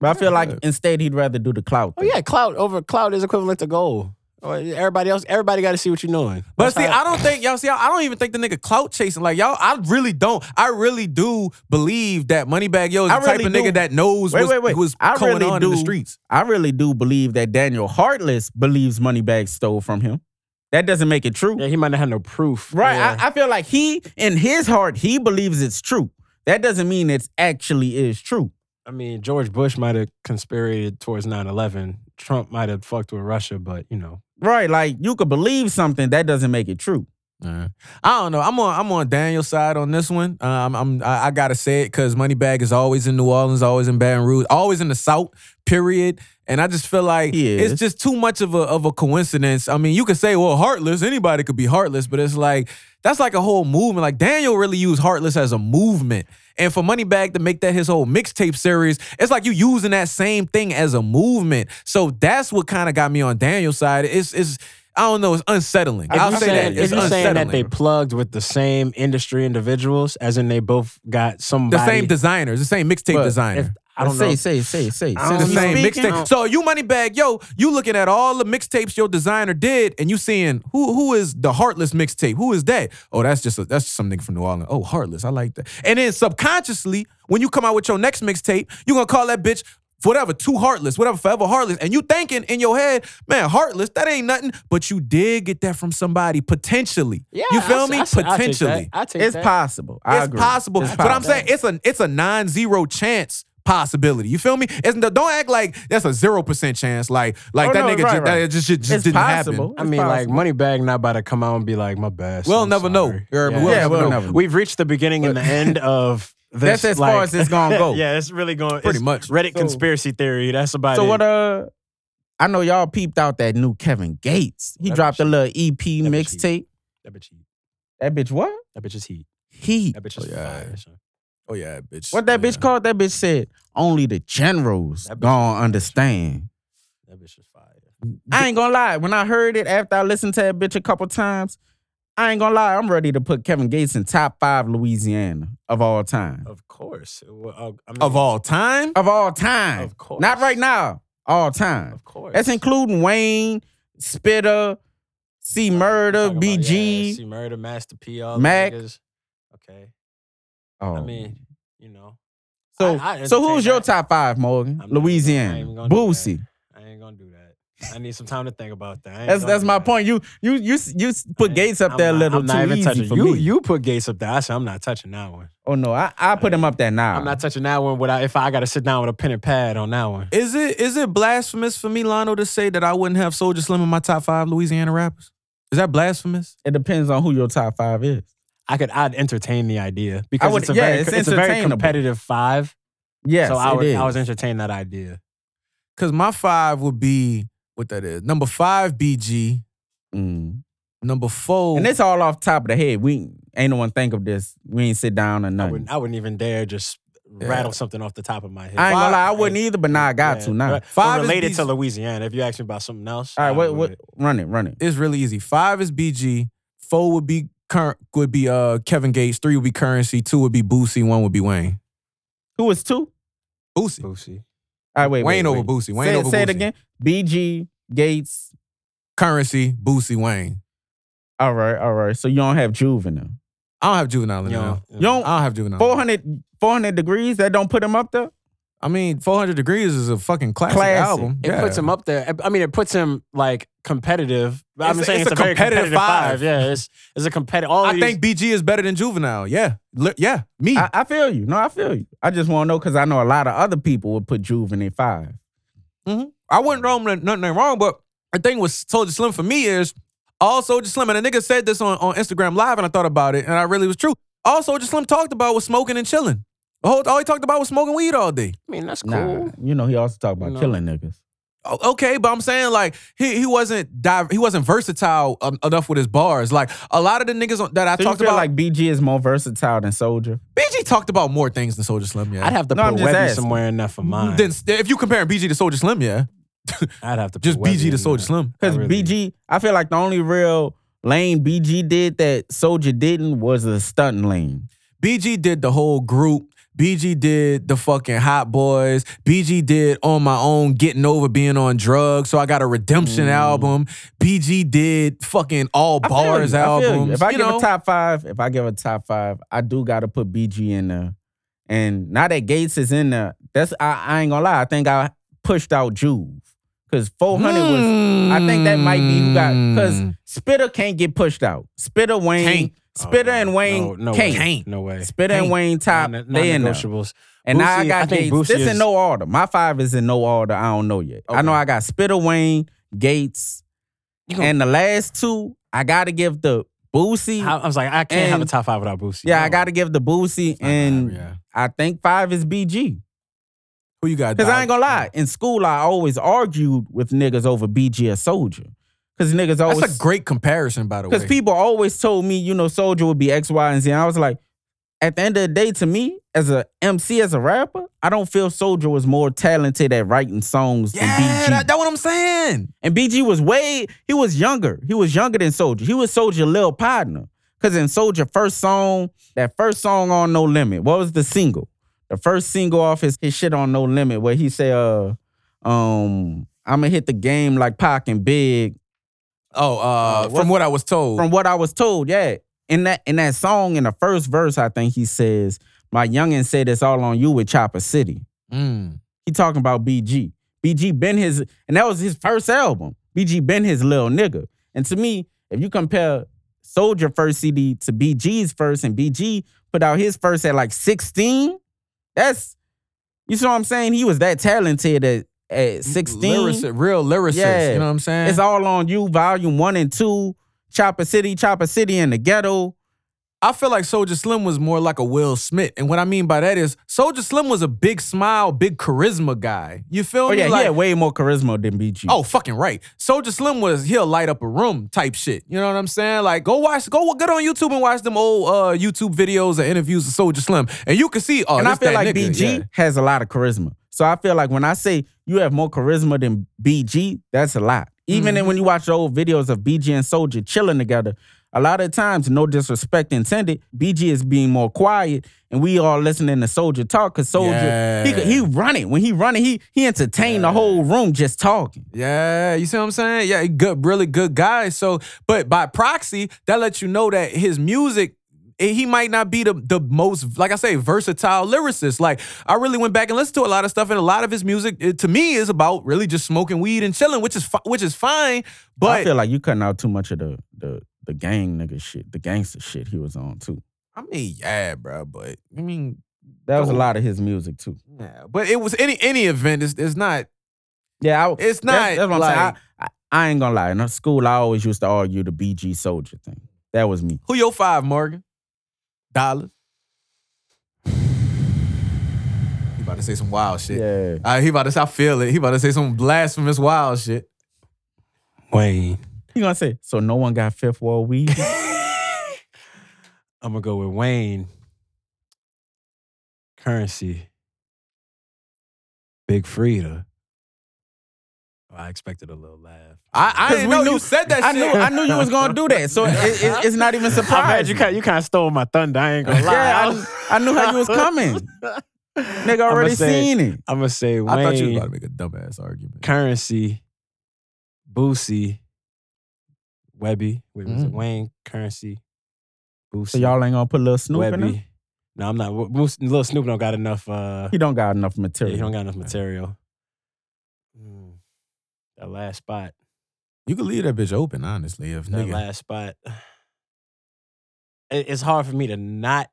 B: But I feel like
A: Yeah.
B: instead he'd rather do the clout.
C: Oh,
B: thing.
C: yeah, clout over clout is equivalent to gold. Or Everybody else, everybody got to see what you're doing.
A: But
C: That's
A: see,
C: how-
A: I don't think y'all see. I don't even think the nigga clout chasing. Like y'all, I really don't. I really do believe that Moneybag Yo is
B: I
A: the type
B: really
A: of
B: do.
A: nigga that knows
B: Wait,
A: what's,
B: wait, wait.
A: what's
B: I
A: going
B: really
A: on in
B: do.
A: the streets.
B: I really do believe that Daniel Heartless believes Moneybag stole from him. That doesn't make it true.
C: Yeah, he might not have no proof.
B: Right.
C: or-
B: I, I feel like he, in his heart, he believes it's true. That doesn't mean it's actually is true.
C: I mean, George Bush might have conspirated towards 9 11. Trump might have fucked with Russia, but, you know,
B: Right. Like you could believe something, that doesn't make it true.
A: Uh, I don't know. I'm on. I'm on Daniel's side on this one. Um, I'm. I, I gotta say it because Moneybag is always in New Orleans, always in Baton Rouge, always in the South. Period. And I just feel like
B: He is.
A: it's just too much of a of a coincidence. I mean, you could say, well, heartless. Anybody could be heartless, but it's like that's like a whole movement. Like Daniel really used heartless as a movement, and for Moneybag to make that his whole mixtape series, it's like you using that same thing as a movement. So that's what kind of got me on Daniel's side. It's it's. I don't know. It's unsettling.
C: If
A: I'll
C: you
A: say
C: saying,
A: that. It's
C: If you're saying that they
A: unsettling.
C: plugged with the same industry individuals, as in they both got somebody.
A: The same designers, the same mixtape
B: But
A: designer.
C: If, I don't
B: say,
C: know.
B: Say, say, say,
C: I
B: say.
A: the
C: don't
B: He's
A: same
B: speaking.
A: mixtape. So you money bag, yo, you looking at all the mixtapes your designer did, and you seeing who who is the heartless mixtape? Who is that? Oh, that's just a, that's just something from New Orleans. Oh, heartless, I like that. And then subconsciously, when you come out with your next mixtape, you gonna call that bitch. Whatever, too heartless, whatever, forever heartless. And you thinking in your head, man, heartless, that ain't nothing. But you did get that from somebody, potentially. you feel me? potentially.
C: I take
B: It's
C: that.
B: possible. I
A: it's
B: agree.
A: possible.
B: It's
A: But I'm
B: possible.
A: saying it's a it's a non-zero chance possibility. You feel me? It's no- don't act like that's a zero percent chance. Like like
B: Oh,
A: that
B: no,
A: nigga
B: right,
A: just,
B: right.
A: That just, just
B: It's
A: didn't
B: possible.
A: happen.
C: I
B: It's
C: mean, like
B: possible.
C: Moneybag not about to come out and be like my best.
A: We'll
C: I'm
A: never know.
C: sorry."
A: You heard me?
C: Yeah,
A: We'll
C: yeah,
A: never
B: know.
C: we'll never know. We've reached the beginning and the end of this.
B: That's as far
C: like-
B: as it's gonna go.
C: yeah, it's really going.
A: Pretty
C: it's
A: much.
C: Reddit
B: So-
C: conspiracy theory. That's about
B: So
C: it.
B: what? Uh, I know y'all peeped out that new Kevin Gates. He
C: That
B: dropped a
C: bitch-
B: little EP
C: that bitch
B: mixtape.
C: that bitch heat.
B: That bitch what?
C: That bitch is heat.
B: He.
C: That bitch
A: Oh,
C: is
A: yeah.
C: fire, son.
A: Oh yeah, bitch.
B: What that
A: Yeah.
B: bitch called? That bitch said only the generals
C: That bitch-
B: gonna understand.
C: That bitch is fire.
B: I ain't gonna lie. When I heard it after I listened to that bitch a couple times, I ain't gonna lie. I'm ready to put Kevin Gates in top five Louisiana of all time.
C: Of course. Well, I mean,
A: of all time?
B: Of all time.
C: Of course.
B: Not right now. All time.
C: Of course.
B: That's including Wayne, Spitter, C Murder,
C: Talking about,
B: BG.
C: yeah, C Murder, Master P, all the
B: Mac.
C: niggas. okay.
B: Oh,
C: I mean, you know,
B: so
C: I- I
B: so who's
C: entertain
B: your
C: that.
B: top five, Morgan?
C: I'm not- I
B: Louisiana,
C: ain't gonna do that.
B: Boosie.
C: I ain't gonna do that. I need some time to think about that. I ain't
B: That's
C: gonna
B: that's
C: do
B: my
C: that.
B: point. You you you s- you s-
C: I
B: put
C: ain't-
B: Gates up
C: I'm
B: there a
C: not-
B: little
C: I'm
B: too
C: not even
B: easy
C: touching
B: for
C: you.
B: me.
C: You put Gates up there. I said I'm not touching that one.
B: oh no, I I put him up there now.
C: I'm not touching that one. Without if I got to sit down with a pen and pad on that one.
A: Is it is it blasphemous for me, Lano, to say that I wouldn't have Soldier Slim in my top five Louisiana rappers? Is that blasphemous?
B: it depends on who your top five is.
C: I could I'd entertain the idea because
B: would-
C: it's a
B: yeah,
C: very
B: it's
C: it's, a very
B: entertainable.
C: competitive five.
B: Yes,
C: so I,
B: it
C: would, I
B: is.
C: was entertaining that idea.
A: Cause my five would be what that is. Number five, BG.
B: Mm.
A: Number four.
B: And it's all off top of the head. We ain't no one think of this. We ain't sit down or
C: I
B: nothing.
C: wouldn't I wouldn't even dare just
A: Yeah.
C: rattle something off the top of my head.
B: I ain't gonna
A: Five-
B: lie, I wouldn't either, but now I got
C: Yeah,
B: to now.
C: but- but
A: Five is
C: related to
A: these-
C: Louisiana. If you ask me about something else,
B: All right,
C: I
B: what
C: would.
B: what run it, run it.
A: it's really easy. Five is BG. Four would be current would be uh Kevin Gates. Three would be currency. Two would be Boosie. One would be Wayne.
B: Who was two?
A: Boosie.
C: Boosie.
B: All right, wait.
A: Wayne
B: wait,
A: over
B: wait.
A: Boosie. Wayne
B: say,
A: over
B: say
A: Boosie.
B: it again. BG Gates.
A: Currency, Boosie, Wayne.
B: All right, all right. So you don't have juvenile.
A: I don't have juvenile in
C: You
A: there.
C: know,
B: You don't
A: I don't have juvenile.
B: 400, 400 degrees that don't put him up there.
A: I mean, 400 degrees is a fucking classic,
B: Classic.
A: album.
C: It
A: yeah.
C: puts him up there. I mean, it puts him like competitive. I'm
A: It's a-
C: saying
A: it's
C: it's,
A: a
C: a, very
A: competitive
C: competitive
A: five.
C: five. Yeah, it's it's a competitive. All
A: I
C: these-
A: think BG is better than juvenile. Yeah, Li- yeah, me.
B: I, I feel you. No, I feel you. I just want to know because I know a lot of other people would put Juvenile in five.
A: I wasn't wrong, nothing nothing wrong, but the thing with Soldier Slim for me is all Soldier Slim, and a nigga said this on, on Instagram Live, and I thought about it, and I really was true. All Soldier Slim talked about was smoking and chilling. The whole, all he talked about was smoking weed all day.
C: I mean, that's cool.
B: Nah, you know he also talked about
C: No.
B: killing niggas.
A: O- Okay, but I'm saying like he he wasn't dive, he wasn't versatile um, enough with his bars. Like a lot of the niggas on- that I
B: So you
A: talked
B: feel
A: about, like
B: like BG is more versatile than Soldier.
A: BG talked about more things than Soldier Slim. Yeah,
C: I'd have to
B: No, I'm
C: put
B: just
C: Webby
B: asking.
C: somewhere in there for mine.
A: Then if you comparing BG to Soldier Slim, yeah,
C: I'd have to put
A: just
C: Webby
A: BG
C: in
A: to Soldier
C: there.
A: Slim.
B: Because
C: I really-
B: BG, I feel like the only real lane BG did that Soldier didn't was the stunt lane.
A: BG did the whole group. BG did the fucking Hot Boys. BG did On My Own, Getting Over Being on Drugs. So I got a Redemption
B: Mm.
A: album. BG did fucking All
B: I feel
A: Bars
B: you, I feel you.
A: albums.
B: If I
A: you
B: give
A: know,
B: a top five, if I give a top five, I do got to put BG in there. And now that Gates is in there, that's I, I ain't gonna lie. I think I pushed out Juve because 400 was. I think that might be who got because
A: Mm.
B: Spitter can't get pushed out. Spitter Wayne,
A: Can't.
C: Oh,
B: Spitter
C: no,
B: and Wayne
C: no, no
B: can't.
C: Way. No way.
B: Spitter and
A: Can't.
B: Wayne top.
C: Non-
B: they in there.
C: non-negotiables.
B: And now I
C: Boosie-
B: got
C: I think
B: Gates.
C: Boosie
B: This in
C: is-
B: no order. My five is in no order. I don't know yet. I know
C: Okay.
B: I got Spitter Wayne, Gates,
C: You gonna-
B: and the last two I got to give the Boosie.
C: I, I was like, I can't have a
B: And-
C: top five without Boosie.
B: yeah, I
C: No.
B: got to give the Boosie,
C: Oh. not
B: and
C: happening, yeah.
B: I think five is BG.
A: Who you got?
B: Because
A: Doc?
B: I ain't gonna lie, in school I always argued with niggas over BG or Soldier. Because niggas always
A: That's a great comparison, by the way.
B: Because people always told me, you know, Soldier would be X, Y, and Z. And I was like, at the end of the day, to me, as a MC, as a rapper, I don't feel Soldier was more talented at writing songs
A: yeah,
B: than BG.
A: that, that what I'm saying.
B: and BG was way, he was younger. He was younger than Soldier. He was Soldier little partner. Cause in Soldier first song, that first song on No Limit, what was the single? The first single off his, his shit on No Limit, where he said, uh, um, I'ma hit the game like Pac and Big.
A: Oh, uh,
B: Uh, what-
A: from what I was told.
B: From what I was told, yeah. In that in that song, in the first verse, I think he says, "My youngin said it's all on you with Chopper City."
A: Mm.
B: He talking about BG. BG been his, and that was his first album. BG been his little nigga. And to me, if you compare Soldier first CD to BG's first, and BG put out his first at like sixteen, that's you see what I'm saying. He was that talented at at sixteen.
A: Lyrici- real lyricist.
B: Yeah.
A: You know what I'm saying?
B: It's all on you, volume one and two. Chopper City, Chopper City in the ghetto.
A: I feel like Soldier Slim was more like a Will Smith. And what I mean by that is Soldier Slim was a big smile, big charisma guy. You feel
B: Oh
A: me?
B: yeah, he
A: Like,
B: had way more charisma than BG.
A: Oh, fucking right. Soldier Slim was he'll light up a room type shit. You know what I'm saying? Like go watch, go get on YouTube and watch them old uh, YouTube videos or interviews of Soldier Slim, and you can see. Oh,
B: and I
A: this
B: feel
A: that
B: like
A: nigga.
B: BG
A: Yeah.
B: has a lot of charisma. So I feel like when I say you have more charisma than BG, that's a lot. Even
A: Mm-hmm.
B: then when you watch the old videos of BG and Soldier chilling together, a lot of times, no disrespect intended, BG is being more quiet, and we all listening to Soldier talk because Soldier he
A: Yeah.
B: he he running when he running he he entertained the whole room just talking.
A: Yeah, you see what I'm saying? Yeah, good, really good guy. So, but by proxy, that lets you know that his music eh, he might not be the, the most, like I say, versatile lyricist. Like, I really went back and listened to a lot of stuff, and a lot of his music, eh, to me, is about really just smoking weed and chilling, which is fi- which is fine.
B: I
A: But
B: feel like you cutting out too much of the the the gang nigga shit, the gangster shit he was on too.
A: I mean, yeah, bro. But I mean,
B: That was a
A: Dope.
B: lot of his music too.
A: yeah. But it was any any event. It's, it's not.
B: Yeah, I,
A: It's not.
B: that's, that's what I'm
A: like,
B: saying. I, I, I ain't gonna lie. In school, I always used to argue the BG soldier thing. That was me.
A: who your five, Morgan? Dollars. He about to say some wild shit.
B: Yeah.
A: Uh, he about to. say, I feel it. He about to say some blasphemous wild shit.
C: Wayne.
B: You gonna say so? No one got fifth wall weed.
C: I'm gonna go with Wayne. Currency. Big Frida. I expected a little laugh.
A: I, I
B: 'Cause
A: didn't
B: we
A: know
B: knew-
A: you said that
B: I
A: shit.
B: knew I knew you was gonna do that, so it, it, it's not even
C: I'm glad you
B: surprising.
C: kind, you kind of stole my thunder. I ain't gonna lie.
B: yeah, I, I knew how you was coming. Nigga already seen it.
C: I'm gonna say Wayne,
A: I thought you was about to make a dumbass argument.
C: currency, Boosie, Webby. Wait, was it
A: Mm.
C: Wayne, currency, Boosie,
B: So y'all ain't gonna put little Snoop in it.
C: Webby. No, I'm not. Boos- Lil Snoop don't got enough. Uh,
B: He don't got enough
C: yeah,
B: material.
C: he don't got enough material. Mm. That last spot.
A: You could leave that bitch open, honestly. If
C: That
A: nigga,
C: last spot. It- It's hard for me to not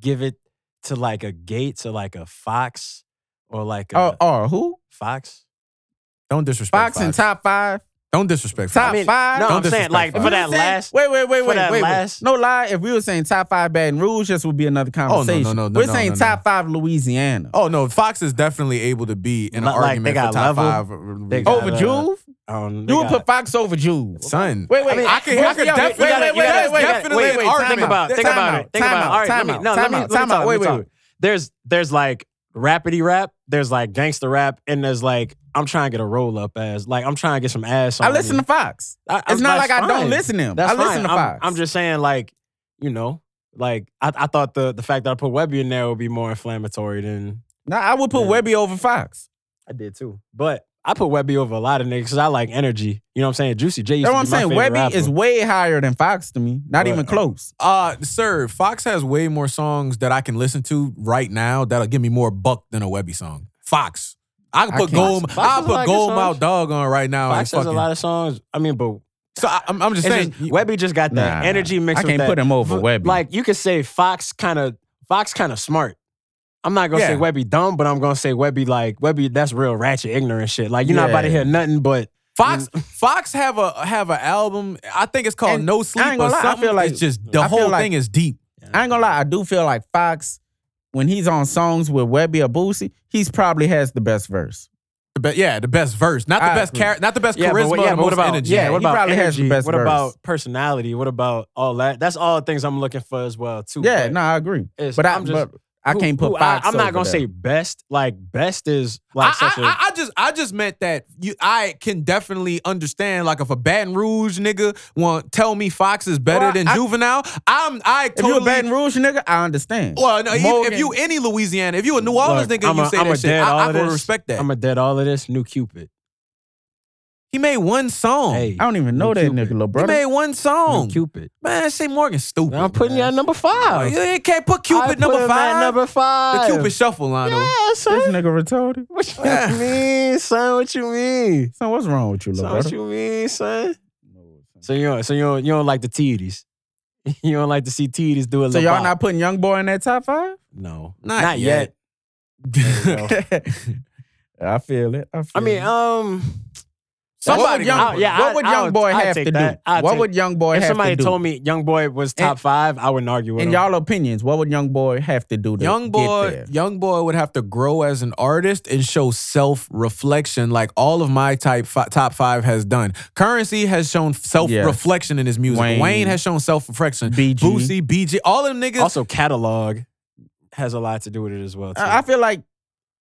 C: give it to like a Gates or like a Fox or like a
B: Oh, oh, who?
C: Fox.
A: don't disrespect
B: Fox,
A: Fox.
B: and top five.
A: don't disrespect
B: Top
A: Fox.
C: I mean,
B: five?
C: No,
A: Don't
C: I'm saying like
A: disrespect
C: for
A: Fox.
C: that
B: You saying-
C: last.
B: Wait, wait, wait,
C: for
B: wait,
C: that
B: wait, wait.
C: last-
B: No lie. If we were saying top five Baton Rouge, this would be another conversation.
A: no, no,
B: we're
A: no,
B: saying
A: no,
B: top five Louisiana.
A: Oh no, Fox is definitely able to be in an
C: Like, they
A: argument
C: got
A: for top
C: level.
A: five.
C: They got-
B: over
C: uh,
B: Juve,
C: Um, they
B: you would
C: got-
B: put Fox over Juve.
A: son.
B: Wait, wait,
C: I mean,
A: I can,
B: wait,
A: I can
B: wait,
A: definitely.
B: wait, wait, wait,
A: that is
B: wait, wait,
A: definitely
B: wait,
A: an
B: wait, time
A: argument.
C: Think about,
B: out,
C: think
B: time out,
C: about it. Think
B: time
C: about it.
B: out,
C: All right,
B: time
C: let
B: out,
C: me, no,
B: time
C: let me,
B: out,
C: let
B: time
C: me talk,
B: out.
C: let me
B: Wait, wait,
C: talk.
B: wait.
C: There's there's like rapidy rap. There's like gangster rap, and there's like I'm trying to get a roll up as like I'm trying to get some ass. On
B: I listen to Fox. It's not like I don't listen to him.
C: That's
B: I listen
C: fine.
B: to
C: I'm-
B: Fox.
C: I'm, just saying, like you know, like I, I thought the the fact that I put Webby in there would be more inflammatory than
B: Nah, I would put
C: Yeah.
B: Webby over Fox.
C: I did too. But I put Webby over a lot of niggas because I like energy. You know what I'm saying? Juicy J. Used
B: That's
C: to
B: what I'm
C: be my
B: saying.
C: favorite
B: Webby
C: rapper.
B: is way higher than Fox to me. Not
C: But-
B: even close.
A: Uh, sir, Fox has way more songs that I can listen to right now that'll give me more buck than a Webby song. Fox, I can
B: I
A: put
B: can't-
A: gold.
C: Fox
A: I'll
C: has a lot
A: put
C: of good
A: gold mouth
C: songs.
A: dog on right now.
C: Fox
A: and
C: has
A: fucking,
C: a lot of songs. I mean, but
A: so I, I'm, I'm just
C: It's
A: saying.
C: just- Webby just got that
B: Nah,
C: energy
B: I
C: mixed with
B: can't
C: that.
B: put him over
C: v-
B: Webby.
C: Like you could say Fox kind of Fox kind of smart. I'm not gonna
A: Yeah.
C: say Webby dumb, but I'm gonna say Webby like Webby. That's real ratchet, ignorant shit. Like you're not about to
B: Yeah.
C: hear nothing but
A: Fox
C: mm.
A: Fox have a have an album. I think it's called
B: And
A: No Sleep
B: I ain't
A: or
B: gonna lie, I
A: something.
B: feel like-
A: it's just the
B: I feel
A: whole
B: like-
A: thing is deep.
B: I ain't gonna lie, I do feel like Fox, when he's on songs with Webby or Boosie, he's probably has the best verse.
A: The be- yeah, the best verse, not the
B: I
A: best
B: agree.
A: char- not the best
C: Yeah,
A: charisma,
C: but what, yeah,
A: the
C: but
A: most
C: what about
A: energy.
C: yeah?
B: Yeah,
C: what
B: he
C: about
B: probably
C: energy?
B: has the best
C: what
B: verse.
C: about personality? What about all that? That's all things I'm looking for as well too.
B: Yeah,
C: but
B: no, I agree.
C: it's-
B: But I,
C: I'm just-
B: but I
C: who-
B: can't put
C: who-
B: Fox.
C: I, am
B: over
C: not gonna
B: there.
C: say best. Like best is like
A: I,
C: such a
A: I, I- I just I just meant that you I can definitely understand like if a Baton Rouge nigga want tell me Fox is better
B: Well,
A: than
B: I-
A: Juvenile, I'm I
B: if
A: totally
B: you a Baton Rouge nigga, I understand.
A: well no, even
B: Morgan-
A: if you any Louisiana, if you a New Orleans
C: Look,
A: nigga,
C: I'm
A: you
C: a-
A: say
C: I'm a
A: that shit.
C: dead all
A: I, I
C: of
A: can
C: this.
A: respect that.
C: I'm gonna dead all of this. New Cupid.
A: he made one song.
C: Hey,
B: I don't even know
C: Lil
B: that
C: Cupid.
B: nigga, little
A: he
B: brother.
A: made one
C: New
A: song.
C: Cupid.
A: Man, say Morgan stupid.
C: I'm putting you
A: man.
C: at number five.
A: You ain't- can't put Cupid
C: I put
A: number
C: him
A: five.
C: At number
A: the
C: five.
A: Cupid shuffle, Lionel.
C: Yeah,
B: this
C: son.
B: nigga retarded.
C: What you
A: Yeah.
C: mean, son? What you mean?
B: So what's wrong with you, little
C: Son, what
B: brother?
C: you mean, son? So you don't, so you don't, you don't like the titties. You don't like to see titties do a
B: So
C: little.
B: y'all not putting Young Boy in that top five?
C: No,
A: Not
C: yet. There you go.
B: I feel it. I, feel
C: I mean,
B: it.
C: um,
B: what
A: Somebody
B: would Young,
A: gonna-
C: I- yeah,
B: what
C: I-
B: would
C: I
B: Young
C: would-
B: Boy
C: I'd
B: have
C: take
B: to do?
C: that. I'd
B: What
C: take-
B: would Young Boy
C: if
B: have
C: somebody
B: to do?
C: told me Young Boy was top five, I wouldn't argue with
B: in
C: him.
B: y'all opinions, what would Young Boy have to do to
A: Young
B: get
A: boy,
B: there?
A: young boy would have to grow as an artist and show self reflection, like all of my type fi- top five has done. Currency has shown self reflection in his music. Wayne,
B: Wayne.
A: has shown self reflection.
B: BG.
A: Boosie, BG, all them niggas.
C: also, catalog has a lot to do with it as well. Too.
B: I I feel like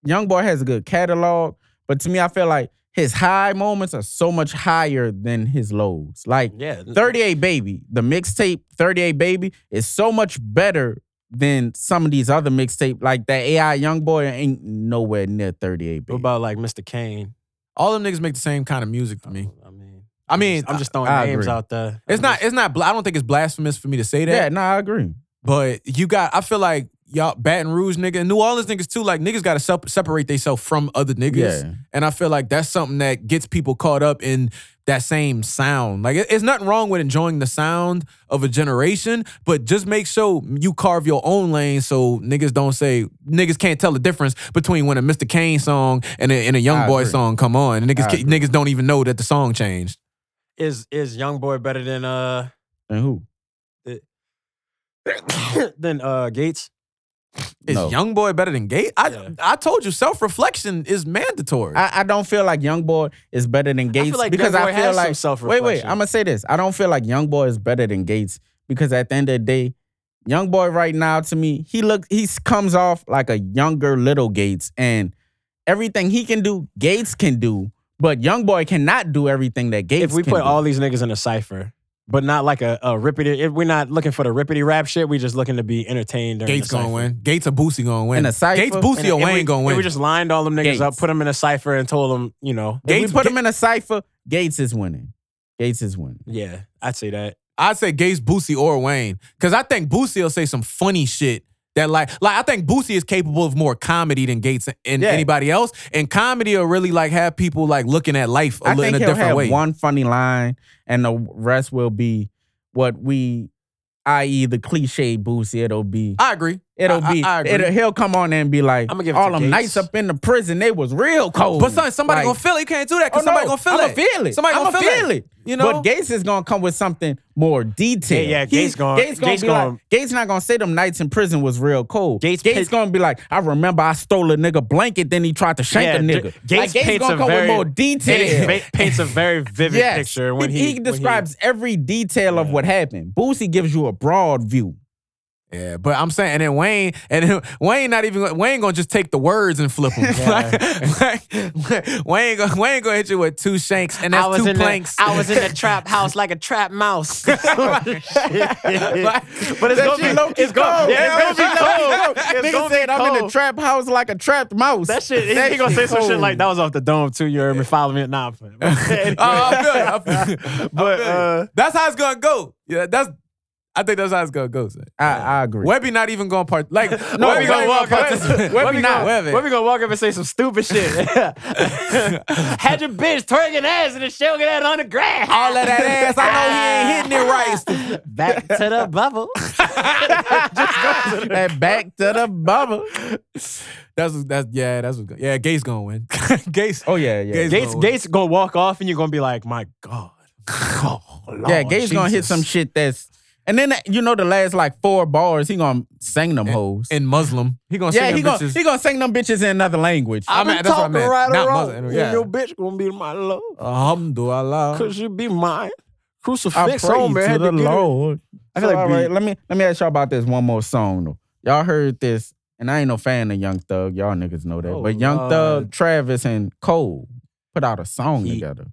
B: Young Boy has a good catalog, but to me, I feel like his high moments are so much higher than his lows. Like
C: yeah,
B: 38 Baby, the mixtape 38 Baby is so much better than some of these other mixtape. Like that AI Young Boy ain't nowhere near 38
C: What
B: Baby.
C: about like Mr. Kane?
A: all them niggas make the same kind of music to me.
C: I mean,
A: I mean,
C: I'm just throwing
B: I
C: names
B: agree.
C: out there.
A: it's
C: I'm
A: not.
C: just-
A: It's not. bla- I don't think it's blasphemous for me to say that.
B: yeah, no, I agree.
A: But you got, I feel like y'all Baton Rouge nigga and New Orleans niggas too. Like niggas got to sep- separate themselves from other niggas,
B: Yeah.
A: and I feel like that's something that gets people caught up in that same sound. Like it- it's nothing wrong with enjoying the sound of a generation, but just make sure you carve your own lane so niggas don't say niggas can't tell the difference between when a Mr. Kane song and a, and a Young
B: I
A: Boy
B: agree.
A: song come on, and niggas
B: I
A: ca-
B: agree.
A: niggas don't even know that the song changed.
C: Is is Young Boy better than uh
B: And who?
C: than uh Gates?
A: Is
B: No.
A: Young Boy better than Gate? I
C: Yeah.
A: I told you self reflection is mandatory.
B: I, I don't feel like Youngboy is better than Gates because I feel like
C: self
B: wait wait I'm gonna say this. I don't feel like Youngboy is better than Gates because at the end of the day, Youngboy right now to me he looks he comes off like a younger little Gates and everything he can do Gates can do, but Youngboy cannot do everything that Gates.
C: if we
B: can
C: put
B: do.
C: all these niggas in a cipher, but not like a, a rippity. If we're not looking for the rippity rap shit, we're just looking to be entertained. During
A: Gates
C: the
A: gonna
C: cypher.
A: win. Gates or Boosie gonna win.
B: In a cypher?
A: Gates, Boosie,
C: And
A: or
C: if
A: Wayne
C: we,
A: gonna
C: if
A: win.
C: we just lined all them niggas
B: Gates.
C: up, put them in a cipher, and told them, you know,
B: If
A: Gates-
B: we put him in a cipher, Gates is winning. Gates is winning.
C: yeah, I'd say that.
A: I'd say Gates, Boosie, or Wayne, because I think Boosie will say some funny shit that like like I think Boosie is capable of more comedy than Gates and
B: Yeah.
A: anybody else, and comedy will really like have people like looking at life a
B: I
A: little in
B: think
A: a
B: he'll
A: different
B: have
A: way.
B: one funny line, and the rest will be what we, i.e., the cliche Boosie. It'll be,
A: I agree.
B: it'll
A: I-
B: be,
A: I agree.
B: It'll, he'll come on there and be like,
C: I'ma give it
B: all
C: to
B: them
C: Gates.
B: nights up in the prison, they was real cold.
A: But son, somebody
B: Oh, Like,
A: gonna feel it. You can't do that because
B: oh,
A: somebody
B: no,
A: gonna feel
B: I'ma
A: it.
B: feel it.
A: Somebody
B: I'ma
A: gonna feel,
B: feel
A: it.
B: it.
A: You know.
B: But Gates is gonna come with something more detailed.
C: Yeah, yeah,
B: He-
C: Gates gonna-
B: Gates gonna
C: Gates
B: be like-
C: gonna-
B: Gates not gonna say them nights in prison was real cold.
C: Gates
B: Gates
C: pick-
B: gonna be like, I remember I stole a nigga blanket, then he tried to shank
C: Yeah,
B: a
C: d-
B: nigga.
C: Gates
B: like, Gates
C: paints
B: gonna
C: a
B: come
C: very-
B: with more
C: Gates
B: detail.
C: pa- paints a very vivid
B: Yes.
C: picture when
B: he,
C: he, when
B: describes every detail of
C: Yeah.
B: what happened. Boosie gives you a broad view.
A: Yeah, but I'm saying, and then Wayne, and then Wayne not even Wayne gonna just take the words and flip them. like, like, Wayne gonna Wayne gonna hit you with two shanks and that's two planks.
C: in the trap house like a trap mouse. but it's
B: That
C: gonna
B: shit
C: be
B: low-key
C: it's gonna,
B: cold.
C: yeah,
B: That
C: it's
B: shit low-key
C: gonna be
B: cold.
C: cold. It's
B: Nigga
C: gonna
B: said
C: be
B: I'm in the
C: cold.
B: trap house like a trapped mouse.
C: That shit, he, he gonna say some shit like that was off the dome too. You heard me follow me? Nah, I'm playing. Anyway.
A: Oh, I feel you, I feel you. I feel
C: But,
A: you.
C: uh,
A: that's how it's gonna go. Yeah, that's. I think that's how it's gonna go. Son.
B: I, I agree.
A: Webby not even gonna part. Like
C: no,
A: Webby
C: we
A: gonna
C: gonna
A: walk
C: walk
A: up.
C: up.
A: to-
B: Webby
A: Webby
B: not.
A: Webby.
C: Where we gonna walk up and say some stupid shit? Had your bitch twerking ass and then shaking that on the ground.
A: All of that ass. I know he ain't hitting it right.
C: Back to the bubble.
B: and back to the bubble.
A: That's that's yeah. That's what's gonna, yeah. Gates gonna win. Gates.
B: Oh yeah, yeah.
A: Gates-
C: Gates,
A: gonna-
C: Gates gonna walk off and you're gonna be like, my God. Oh,
B: yeah,
C: Lord
B: Gates gonna hit
C: Jesus.
B: some shit that's and then that- you know the last like four bars, he gonna sing them hoes.
A: And Muslim. He gonna
B: yeah,
A: sing
B: he
A: them
B: gonna
A: bitches.
B: he gonna sing them bitches in another language.
A: I
C: I
A: mean,
C: mean,
A: that's what I
C: talking
A: meant.
C: right
A: Not
C: or wrong.
A: mother-
C: and
A: yeah. Uh-huh.
C: Your bitch gonna be my love.
A: Alhamdulillah.
C: Cause you be mine.
B: I
C: Crucifix
B: pray
C: on me.
B: to
C: Had
B: the
C: to get it.
B: Lord.
C: I feel
B: So,
C: like
B: all right,
C: we-
B: let me let me ask y'all about this one more song though. Y'all heard this, and I ain't no fan of Young Thug. Y'all niggas know that.
C: Oh,
B: but Young
C: Lord.
B: Thug, Travis, and Cole put out a song
C: He-
B: together.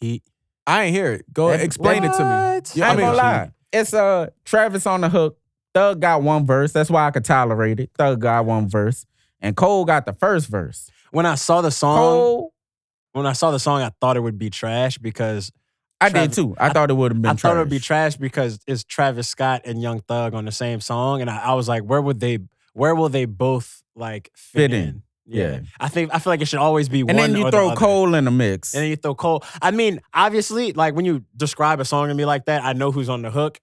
C: He
A: I ain't hear it. Go
B: That-
A: explain it to me.
C: What?
A: Yeah,
B: I ain't
A: mean,
B: gonna lie. It's uh Travis on the hook. Thug got one verse. That's why I could tolerate it. Thug got one verse. And Cole got the first verse.
C: When I saw the song,
B: Cole,
C: when I saw the song, I thought it would be trash because
B: I
C: Travis-
B: did too. I, thought it would have been
C: I
B: trash.
C: thought it would be trash because it's Travis Scott and Young Thug on the same song, and I, I was like, where would they, where will they both like
B: Fit
C: fit,
B: in.
C: in? Yeah.
B: Yeah.
C: I think I feel like it should always be
B: and
C: one.
B: then you
C: or the
B: throw
C: other.
B: Cole in the mix.
C: and then you throw Cole. I mean, obviously, like when you describe a song to me like that, I know who's on the hook,